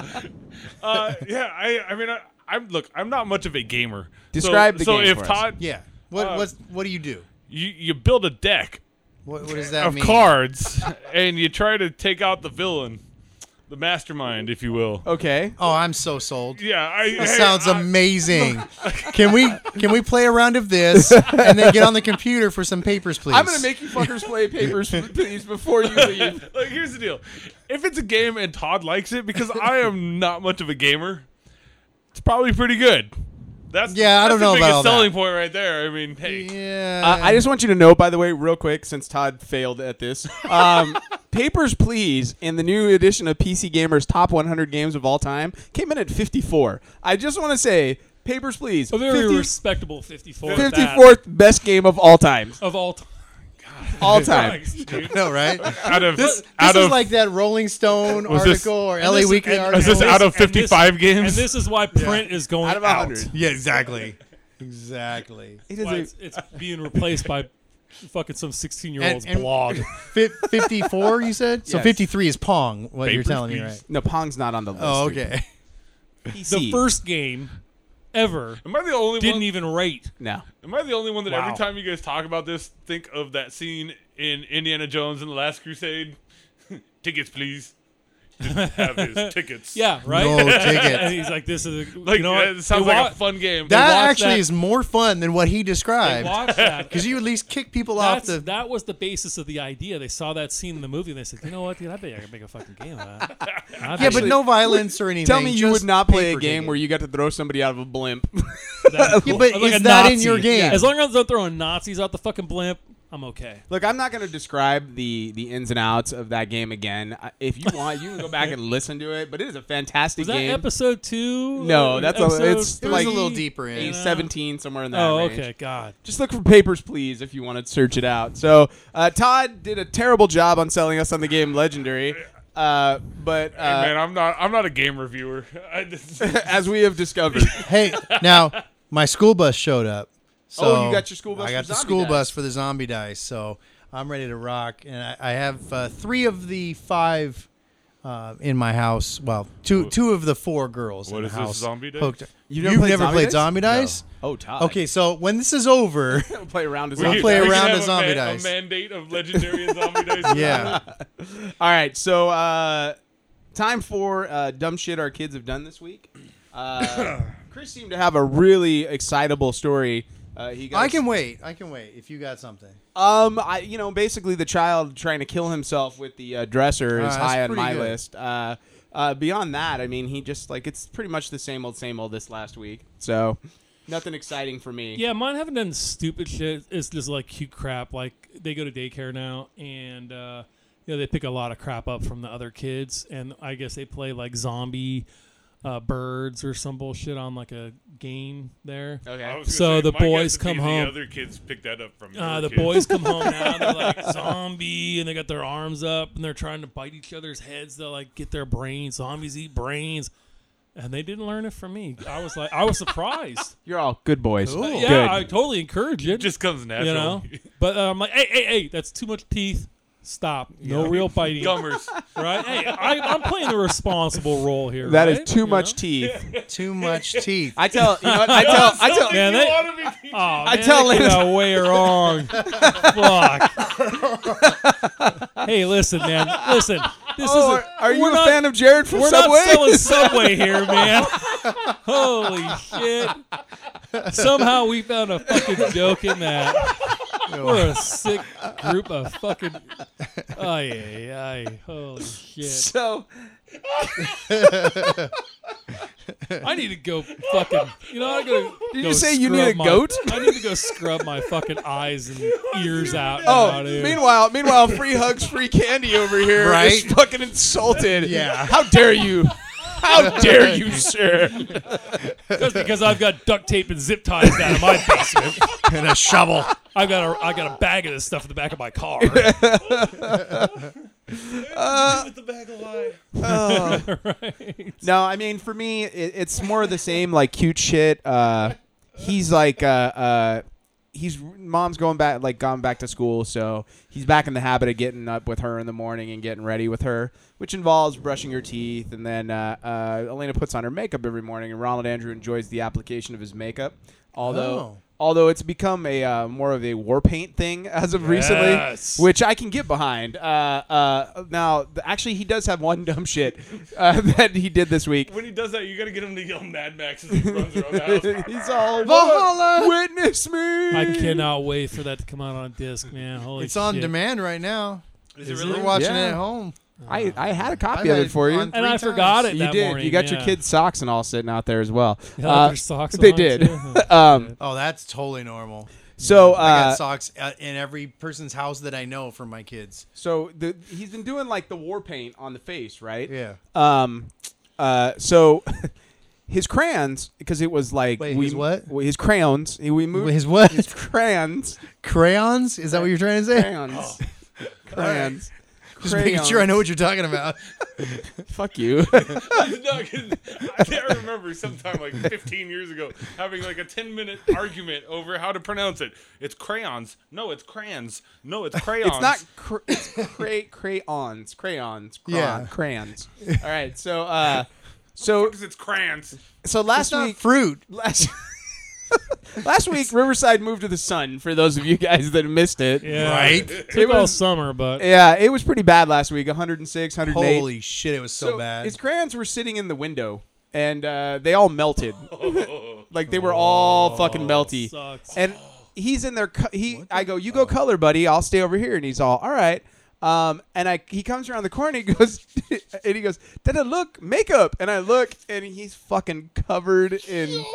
uh, yeah, I, I mean, I, I'm look. I'm not much of a gamer. Describe so, the so game if for us. Todd, Yeah. What? Uh, what's, what do you do? you, you build a deck What, what does that of mean? cards and you try to take out the villain, the mastermind, if you will. Okay. Oh, I'm so sold. Yeah, I, hey, This sounds I- amazing. can we can we play a round of this and then get on the computer for some papers, please? I'm gonna make you fuckers play papers, please, before you leave. Like, here's the deal. If it's a game and Todd likes it, because I am not much of a gamer, it's probably pretty good. That's Yeah, I that's don't know about the biggest all that. selling point right there. I mean, hey, Yeah. Uh, I just want you to know, by the way, real quick, since Todd failed at this, um, Papers, Please, in the new edition of PC Gamer's Top 100 Games of All Time, came in at 54. I just want to say, Papers, Please, A very 50 respectable 54. at that 54th best game of all time. of all time. All time. dude. no, right? out of This, this out is of like that Rolling Stone Was article this- or LA Weekly and- article. is this and out of and this- 55 games? And this is why print is going Out of 100. yeah, exactly. Exactly. It Why is it's, it's being replaced by fucking some 16 year And- old's and- blog. Fi 54, you said? So Yes. 53 is Pong, what you're Papers, telling me, please. right? a, no, Pong's not on the list. Oh, dude. okay. PC. The first game ever am I the only didn't one? even rate. No. Am I the only one that Wow. every time you guys talk about this, think of that scene in Indiana Jones and the Last Crusade? tickets, please. Just have his tickets. Yeah, right? No and ticket. he's like, this is a. like you know uh, what? it sounds They like wa- a fun game. That watch actually that- is more fun than what he they described. watched that. Because you at least kick people off That's, the. that was the basis of the idea. They saw that scene in the movie and they said, you know what, dude, I bet I can make a fucking game of that. I yeah, bet but no violence or anything. Tell me you would just not play a paper game ticket. where you got to throw somebody out of a blimp. that- Yeah, but I'm like is a that in Nazi. your game? As long as I'm not throwing Nazis out the fucking blimp, I'm okay. Look, I'm not going to describe the the ins and outs of that game again. I- If you want, you can go back and listen to it. But it is a fantastic Was that game. episode two? No, Uh, that's a- episode it's It was like- a little deeper in. A 17 somewhere in that Oh, range. okay, God. Just look for papers, please, if you want to search it out. So uh, Todd did a terrible job on selling us on the game Legendary, uh, but Hey, uh, man, I'm not. I'm not a game reviewer. I just, as we have discovered, Hey, now my school bus showed up. So Oh, you got your school bus I for got the zombie school dice. bus for the zombie dice, so I'm ready to rock. And I, I have uh, three of the five uh, in my house. Well, two two of the four girls What in is the this, house. zombie dice? hooked- You've You've never never, played zombie played dice? zombie dice? oh Todd, Okay, so when this is over, We'll play around as We I'll could- play we could around have a a zombie ma- dice. A mandate of legendary and zombie dice. yeah, All right, so uh, time for uh, dumb shit our kids have done this week. Uh, Chris seemed to have a really excitable story. Uh, he got I can wait. I can wait if you got something. Um, I you know basically the child trying to kill himself with the uh, dresser Ah, is that's high on pretty my good. list. Uh, uh, beyond that, I mean, he just like it's pretty much the same old, same old. This last week, so nothing exciting for me. Yeah, mine haven't done stupid shit. It's just like cute crap. Like they go to daycare now, and uh, you know they pick a lot of crap up from the other kids, and I guess they play like zombie uh, birds or some bullshit on like a game there. I Okay. was gonna So say, the my guess boys would be come the home. other kids picked that up from Uh, your the kids. boys come home now. And they're like zombie, and they got their arms up, and they're trying to bite each other's heads to like get their brains. Zombies eat brains, and they didn't learn it from me. I was like, I was surprised. You're all good boys. Cool. yeah, Good. I totally encourage it. It just comes natural. you know. But uh, I'm like, hey, hey, hey, that's too much teeth. Stop. No real biting. Gummers. Right? Hey, I, I'm playing the responsible role here. That is right? too You much know? teeth. Too much teeth. I tell you know what? I tell I tell Man, you they- want to be teaching. Aw, I man, tell they Lance- got way wrong. Fuck. hey, listen, man. Listen, This Oh, is are, are you we're a not- fan of Jared from We're Subway? not selling Subway here, man. Holy shit. Somehow we found a fucking joke in that. We're a sick group of fucking. Ay, ay, ay. Holy shit. so I need to go fucking. You know, I gotta. Did go you say you scrub need a my- goat? I need to go scrub my fucking eyes and ears out. Oh, now, dude. meanwhile, meanwhile, free hugs, free candy over here is Right? fucking insulted. Yeah. How dare you? How dare you, sir? Just because I've got duct tape and zip ties down in my basement. and a shovel. I've got a, I got a bag of this stuff in the back of my car. With the bag of lie. No, I mean for me, it, it's more of the same like cute shit. Uh, he's like uh, uh, he's mom's going back like gone back to school, so he's back in the habit of getting up with her in the morning and getting ready with her, which involves brushing her teeth, and then uh, uh, Elena puts on her makeup every morning, and Ronald Andrew enjoys the application of his makeup, although. Oh. Although it's become a uh, more of a war paint thing as of recently, Yes. which I can get behind. Uh, uh, now, th- actually, he does have one dumb shit uh, that he did this week. When he does that, you gotta get him to yell Mad Max as he runs around the house. He's all Valhalla! Witness me. I cannot wait for that to come out on disc, man. Holy It's on shit. demand right now. Is it it really? really? We're watching Yeah. it at home. I, I had a copy I've of had it for you. on And I three forgot times. it. you that did. morning, you got yeah. your kids' socks and all sitting out there as well. Yeah, Uh, their socks they on, did. too. um, Oh, that's totally normal. so I got uh, socks uh, in every person's house that I know for my kids. so the, he's been doing like the war paint on the face, right? Yeah. Um, uh, so his crayons because it was like Wait, we his what? well, his crayons we moved His what? his crayons crayons? Is that what you're trying to say? crayons crayons. Oh. Just making sure I know what you're talking about. Fuck you. No, 'cause I can't remember sometime like 15 years ago having like a 10 minute argument over how to pronounce it. It's crayons. No, it's crayons. No, it's crayons. It's not cr- it's cray- crayons, crayons, crayon, Yeah. crayons. All right, so uh, so because it's crayons. so It's last not week, fruit. last last week, Riverside moved to the sun. For those of you guys that missed it, Yeah. Right? Took all was- summer, but Yeah, it was pretty bad last week. 106, 108. Holy shit, it was so, bad. His crayons were sitting in the window, and uh, they all melted. like they were all fucking melty. sucks. And he's in there. co- He, I go, you go color, buddy. I'll stay over here. And he's all, all right. Um, and I, he comes around the corner. He goes, and he goes, did it look makeup? And I look, and he's fucking covered in.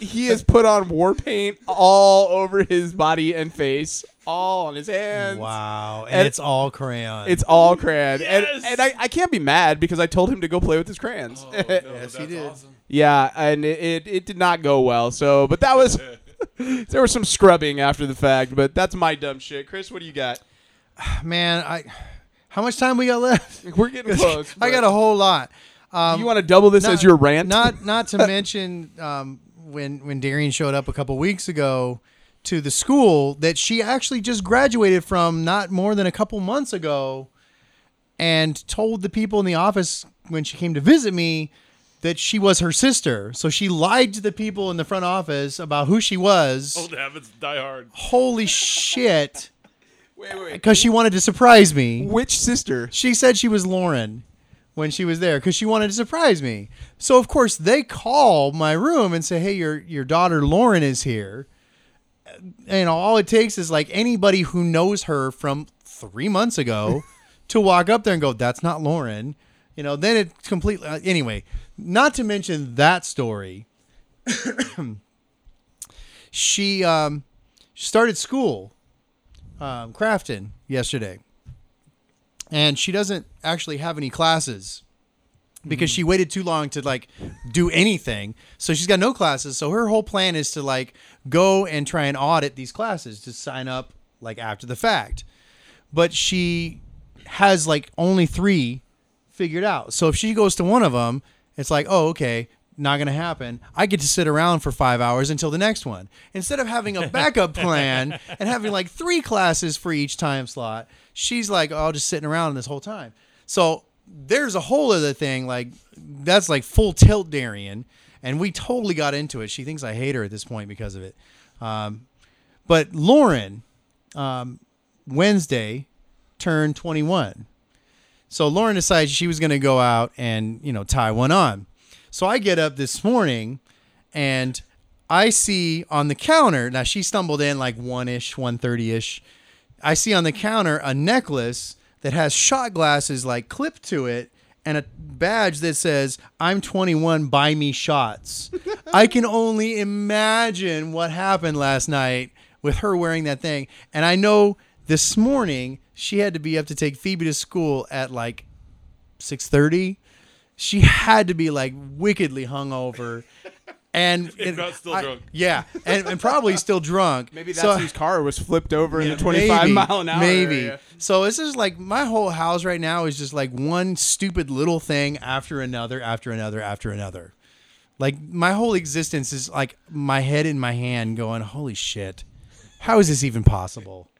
He has put on war paint all over his body and face, all on his hands. Wow. And, And- it's all crayons. It's all crayon. And, Yes! and I, I can't be mad because I told him to go play with his crayons. yes, he did. yeah, and it, it, it did not go well. So, but that was. there was some scrubbing after the fact, but that's my dumb shit. Chris, what do you got? man, I how much time we got left? We're getting close. I got a whole lot. You want to double this as your rant? um, Not not to mention um, when when Darian showed up a couple weeks ago to the school that she actually just graduated from not more than a couple months ago, and told the people in the office when she came to visit me that she was her sister. So she lied to the people in the front office about who she was. Old habits die hard. Holy shit! wait, wait. Because she wanted to surprise me. Which sister? She said she was Lauren when she was there because she wanted to surprise me. So of course they call my room and say, "Hey, your your daughter Lauren is here." And you know, all it takes is like anybody who knows her from three months ago to walk up there and go, "That's not Lauren." You know, then it completely. uh, anyway, not to mention that story. she um, started school, um, Crafton, yesterday and she doesn't actually have any classes because she waited too long to like do anything so she's got no classes so her whole plan is to like go and try and audit these classes to sign up like after the fact but she has like only three figured out so if she goes to one of them it's like oh okay not gonna happen i get to sit around for five hours until the next one instead of having a backup plan and having like three classes for each time slot she's like oh just sitting around this whole time so there's a whole other thing like that's like full tilt Darian, and we totally got into it. She thinks I hate her at this point because of it. Um, but Lauren, um, Wednesday, turned 21, So Lauren decides she was going to go out and, you know, tie one on. So I get up this morning and I see on the counter, now she stumbled in like 1-ish, 130-ish. I see on the counter a necklace that has shot glasses like clipped to it and a badge that says I'm 21 buy me shots. I can only imagine what happened last night with her wearing that thing and I know this morning she had to be up to take Phoebe to school at like 6:30. She had to be like wickedly hungover. And and not still drunk. Yeah, and, and probably still drunk. Maybe that's So- whose car was flipped over in yeah, the 25 maybe, mile an hour. Maybe. area. So this is like my whole house right now is just like one stupid little thing after another, after another, after another. Like my whole existence is like my head in my hand going, holy shit, how is this even possible?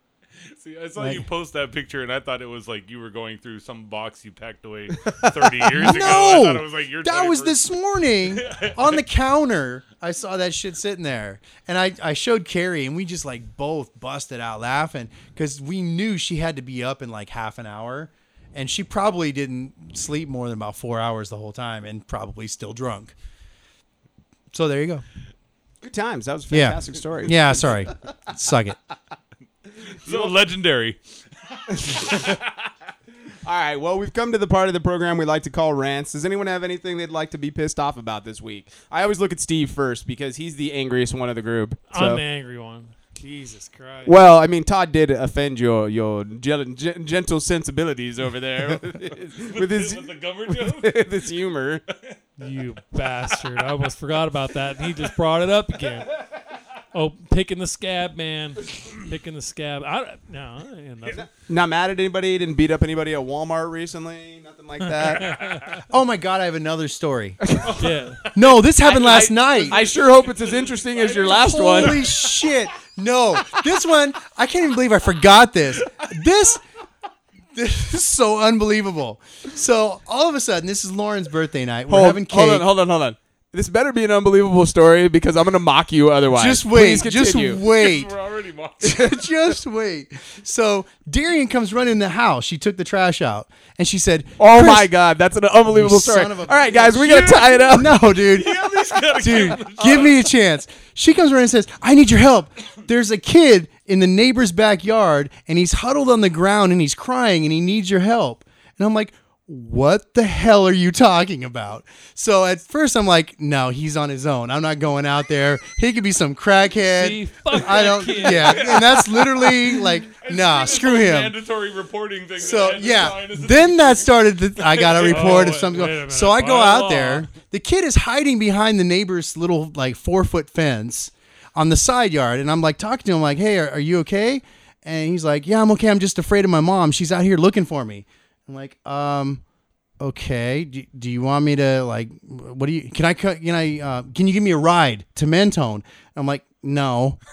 See, I saw Like- you post that picture, and I thought it was like you were going through some box you packed away 30 years ago. Oh, I thought it was like your that was 21st. this morning on the counter. I saw that shit sitting there, and I, I showed Carrie, and we just like both busted out laughing because we knew she had to be up in like half an hour, and she probably didn't sleep more than about four hours the whole time, and probably still drunk. So there you go. Good times. That was a Yeah. fantastic story. Yeah, sorry, suck it. so legendary. All right. Well, we've come to the part of the program we like to call rants. Does anyone have anything they'd like to be pissed off about this week? I always look at Steve first because he's the angriest one of the group. I'm so- an angry one. Jesus Christ. Well, I mean, Todd did offend your your gen- gen- gentle sensibilities over there with his with his, With the gummer joke? with his humor. You bastard. I almost forgot about that. And he just brought it up again. Oh, picking the scab, man. Picking the scab. I, no, I ain't nothing. Not mad at anybody. Didn't beat up anybody at Walmart recently. Nothing like that. Oh my god, I have another story. Yeah. No, this happened last I- night. I sure hope it's as interesting as your last Holy one. shit. No. This one, I can't even believe I forgot this. This this is so unbelievable. So all of a sudden, this is Lauren's birthday night. We're Hold, having cake. hold on, hold on, hold on. This better be an unbelievable story because I'm going to mock you otherwise. Just Please wait. Just continue. wait. We're already mocking. just wait. So Darian comes running in the house. She took the trash out and she said, Oh "Chris, my God, that's an unbelievable you story. son of a All right, guys, we bitch." got to tie it up. No, dude. dude, give me a chance. She comes around and says, I need your help. There's a kid in the neighbor's backyard and he's huddled on the ground and he's crying and he needs your help. And I'm like, what the hell are you talking about? So at first I'm like, no, he's on his own. I'm not going out there. He could be some crackhead. See, fuck I that don't kid. yeah. And that's literally like, nah, screw him. Mandatory reporting thing. So that yeah, Anderson is- then that started. The, I got a report Oh, of something. wait going- a minute. Oh. So I go By out law. there. The kid is hiding behind the neighbor's little like four foot fence on the side yard, and I'm like talking to him like, "Hey, are, are you okay?" And he's like, "Yeah, I'm okay. I'm just afraid of my mom. She's out here looking for me." I'm like, "Um, okay. Do, do you want me to like? What do you? Can I? co- Can I? Uh, can you give me a ride to Mentone?" I'm like, "No,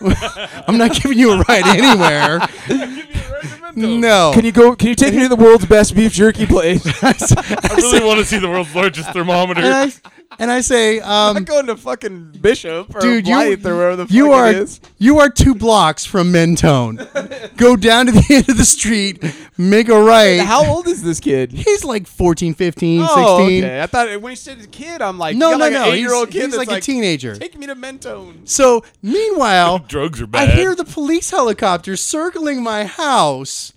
I'm not giving you a ride anywhere. no. Can you go? Can you take me to the world's best beef jerky place? I really want to see the world's largest thermometer. and I and I say, I'm um, going to fucking Bishop or dude, you, Blythe or wherever the you fuck are it is. you are two blocks from Mentone. Go down to the end of the street, make a right. How old is this kid? He's like 14, 15, Oh, 16. okay. I thought when he said he's a kid, I'm like, No, you got no, like no. An He's- eight-year-old kid he's that's like a teenager. Take me to Mentone. So meanwhile, Drugs are I bad. hear the police helicopter circling my house,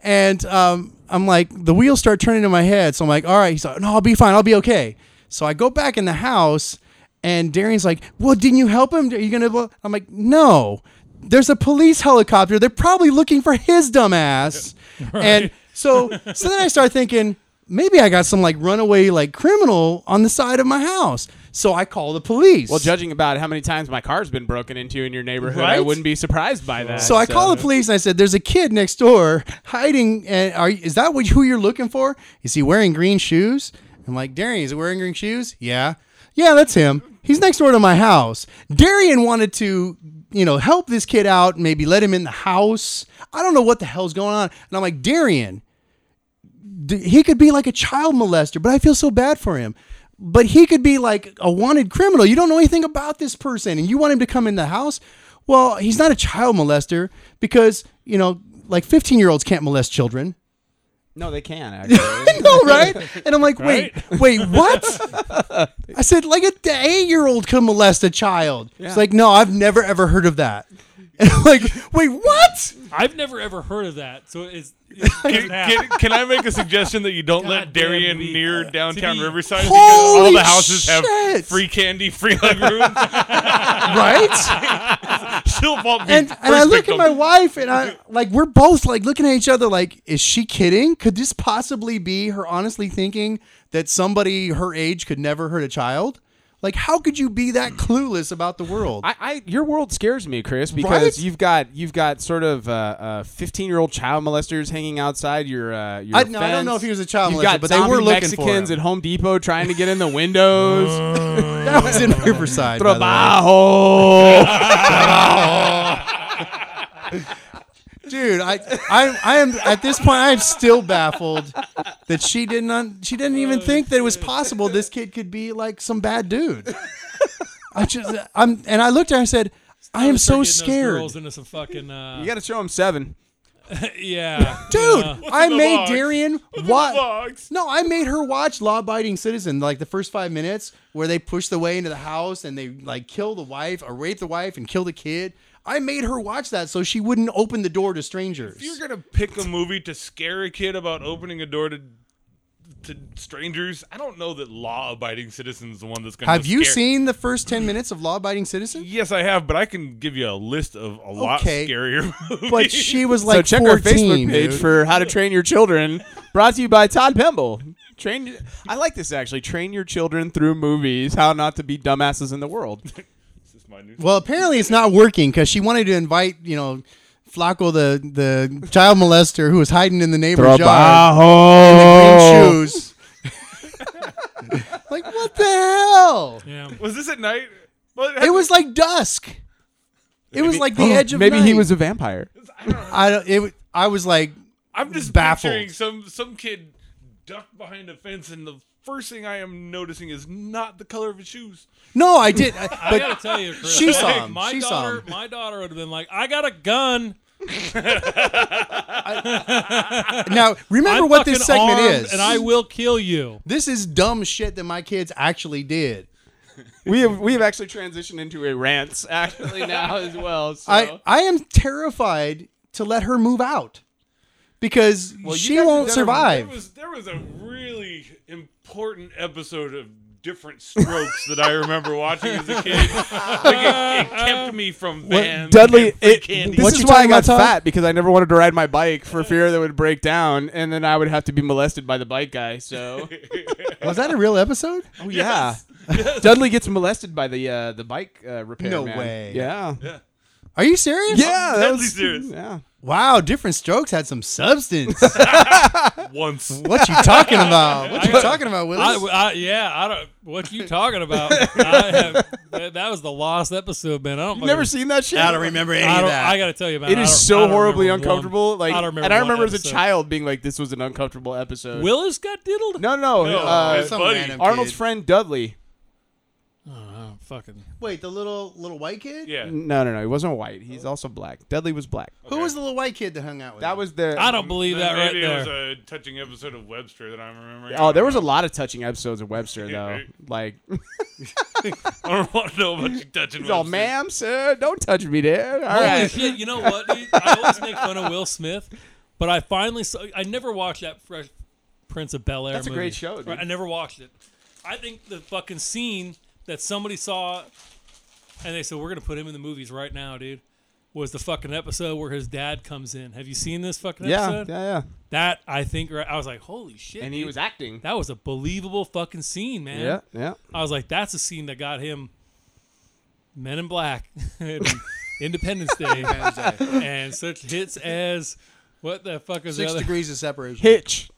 and um, I'm like, the wheels start turning in my head. So I'm like, all right. He's like, no, I'll be fine. I'll be okay. So I go back in the house, and Darian's like, well, didn't you help him? Are you gonna? blah-" I'm like, no. There's a police helicopter. They're probably looking for his dumbass. And so, so then I start thinking. Maybe I got some like runaway like criminal on the side of my house, so I call the police. Well, judging about how many times my car's been broken into in your neighborhood, I Right? wouldn't be surprised by that. So I called the police and I said, "There's a kid next door hiding. And are you- is that what who you're looking for? Is he wearing green shoes?" I'm like, "Darian, is he wearing green shoes?" Yeah, yeah, that's him. He's next door to my house. Darian wanted to, you know, help this kid out, maybe let him in the house. I don't know what the hell's going on. And I'm like, Darian, d- he could be like a child molester, but I feel so bad for him. But he could be like a wanted criminal. You don't know anything about this person, and you want him to come in the house. Well, he's not a child molester because you know, like fifteen year olds can't molest children. No, they can actually. no, right? And I'm like, wait, Right? wait, what? I said, like a eight year old could molest a child. Yeah. It's like, no, I've never ever heard of that. And I'm like, wait, what? I've never ever heard of that. So it's. it's Can, can, can I make a suggestion that you don't let Goddamn Darien weed. near downtown be- Riverside because all Holy the houses have shit. free candy, free hug rooms? Right? She'll bump me And first and I look victim. at my wife and I like we're both like looking at each other like, is she kidding? Could this possibly be her honestly thinking that somebody her age could never hurt a child? Like, how could you be that clueless about the world? I, I your world scares me, Chris, because Right? you've got you've got sort of uh, uh, fifteen year old child molesters hanging outside your uh, your. I- no, I don't fence. know if he was a child You've got molester, but they were zombie looking for Mexicans him. at Home Depot trying to get in the windows. that was in Riverside. by the way. Trabajo. dude I, I i am at this point i'm still baffled that she did not she didn't Oh, even think that it was possible this kid could be like some bad dude i just i'm and i looked at her and said i am so scared Girls into some fucking. Uh, you got to show him seven. yeah. dude yeah. i in the made box? darian in the watch box? no i made her watch law-abiding citizen like the first five minutes where they push the way into the house and they like kill the wife or rape the wife and kill the kid i made her watch that so she wouldn't open the door to strangers If you're gonna pick a movie to scare a kid about opening a door to to strangers, I don't know that law-abiding citizens the one that's gonna. have you scare- seen the first 10 minutes of law-abiding citizen Yes, I have, but I can give you a list of a lot Okay. scarier movies. but she was like so check 14, our Facebook page dude. for how to train your children. Brought to you by Todd Pemble. Train. I like this actually. Train your children through movies. How not to be dumbasses in the world. This is my new- well apparently it's not working because she wanted to invite you know Flacco the the child molester who was hiding in the neighbor's yard in the green shoes like what the hell Yeah. was this at night? Well, it was like dusk it was like the edge of Maybe he night. was a vampire. I don't it I was like I'm just baffled. picturing some some kid ducked behind a fence, and the first thing I am noticing is not the color of his shoes. no I did I- I gotta but tell you, Chris, She saw him. My She saw daughter, him. my daughter would have been like, "I got a gun. now remember I'm what this fucking segment armed, is and I will kill you." this is dumb shit that my kids actually did we have we have actually transitioned into a rants actually now as well. So. I, I am terrified to let her move out because you she guys have won't done a- There survive. was there was a really important episode of Different Strokes that I remember watching as a kid. Like it, it kept me from vans. Dudley, and free it, candy. this What is you why I talking got about, Todd? fat because I never wanted to ride my bike for fear that it would break down, and then I would have to be molested by the bike guy. So, Was that a real episode? oh yeah, Dudley gets molested by the uh, the bike uh, repair. No man. way. Yeah, Are you serious? yeah, that Dudley's was serious. yeah. Wow, different strokes had some substance. once. what you talking about? What you talking about, I, Willis? I- yeah, I don't. What you talking about? I have, that, that was the lost episode, man. I don't. You've never seen that shit. remember any I, don't, I gotta tell you about It I is don't- so I don't horribly remember one- uncomfortable. like, I don't remember and I one remember as a episode. child being like, "This was an uncomfortable episode." Willis got diddled. no, no, No, uh, it's buddy. Arnold's friend Dudley. Oh, fucking. Wait, the little little white kid? Yeah. No, no, no. He wasn't white. He's also black. Dudley was black. Who was the little white kid that hung out with? That him? was the. I don't believe that right Maybe it was there. a touching episode of Webster that I'm remembering. Oh, there was a lot of touching episodes of Webster though. right. Like, I don't want to know about you touching. oh, Webster. ma'am, sir, don't touch me there. All Holy right. shit! You know what? Dude? I always make fun of Will Smith, but I finally saw. I never watched that Fresh Prince of Bel Air. That's a movie. great show, dude. Right, I never watched it. I think the fucking scene that somebody saw, and they said we're gonna put him in the movies right now, dude. Was the fucking episode where his dad comes in? Have you seen this fucking Yeah, yeah, episode? yeah. That I think right, I was like, holy shit! And he dude. was acting. That was a believable fucking scene, man. Yeah, yeah. I was like, that's a scene that got him Men in Black, and Independence Day, and such hits as what the fuck is six the other degrees of separation. Hitch.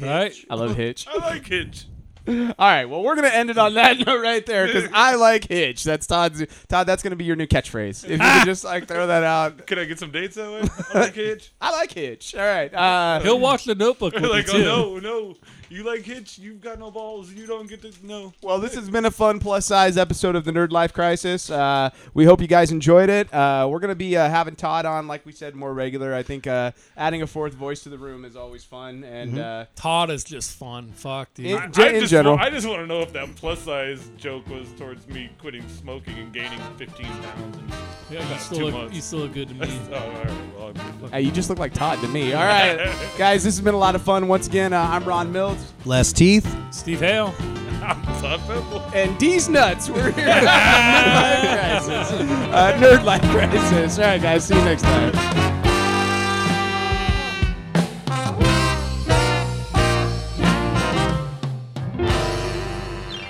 right? I love Hitch. I like it. All right, well, we're gonna end it on that note right there because I like Hitch. That's Todd's. Todd, that's gonna be your new catchphrase. If you could just like throw that out. Could I get some dates that way? I like it. I like Hitch. All right. Uh, He'll watch The Notebook with like, you oh too. no, no, You like hitch? You've got no balls. You don't get to no. Well, this has been a fun plus size episode of the Nerd Life Crisis. Uh, we hope you guys enjoyed it. Uh, we're going to be uh, having Todd on, like we said, more regular. I think uh, adding a fourth voice to the room is always fun. And uh, Todd is just fun. Fuck, dude. It- I- Ge- I in just general. wa- I just want to know if that plus size joke was towards me quitting smoking and gaining 15 pounds. And, yeah, you that's still too look, much. you still look good to me. oh, all right. Well, I'm good. hey, you just look like Todd to me. All right, guys, this has been a lot of fun. Once again, uh, I'm Ron Mills. Less teeth. Steve Hale. I'm Todd Pimple. And D's nuts. We're here. Nerd Life Crisis. Uh, Nerd Life Crisis. All right, guys. See you next time.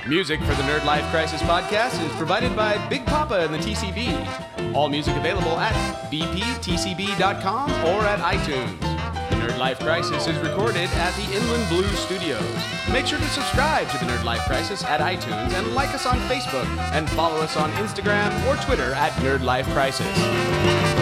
Music for the Nerd Life Crisis podcast is provided by Big Papa and the TCB. All music available at bptcb.com or at iTunes. The Nerd Life Crisis is recorded at the Inland Blue Studios. Make sure to subscribe to the Nerd Life Crisis at iTunes and like us on Facebook and follow us on Instagram or Twitter at Nerd Life Crisis.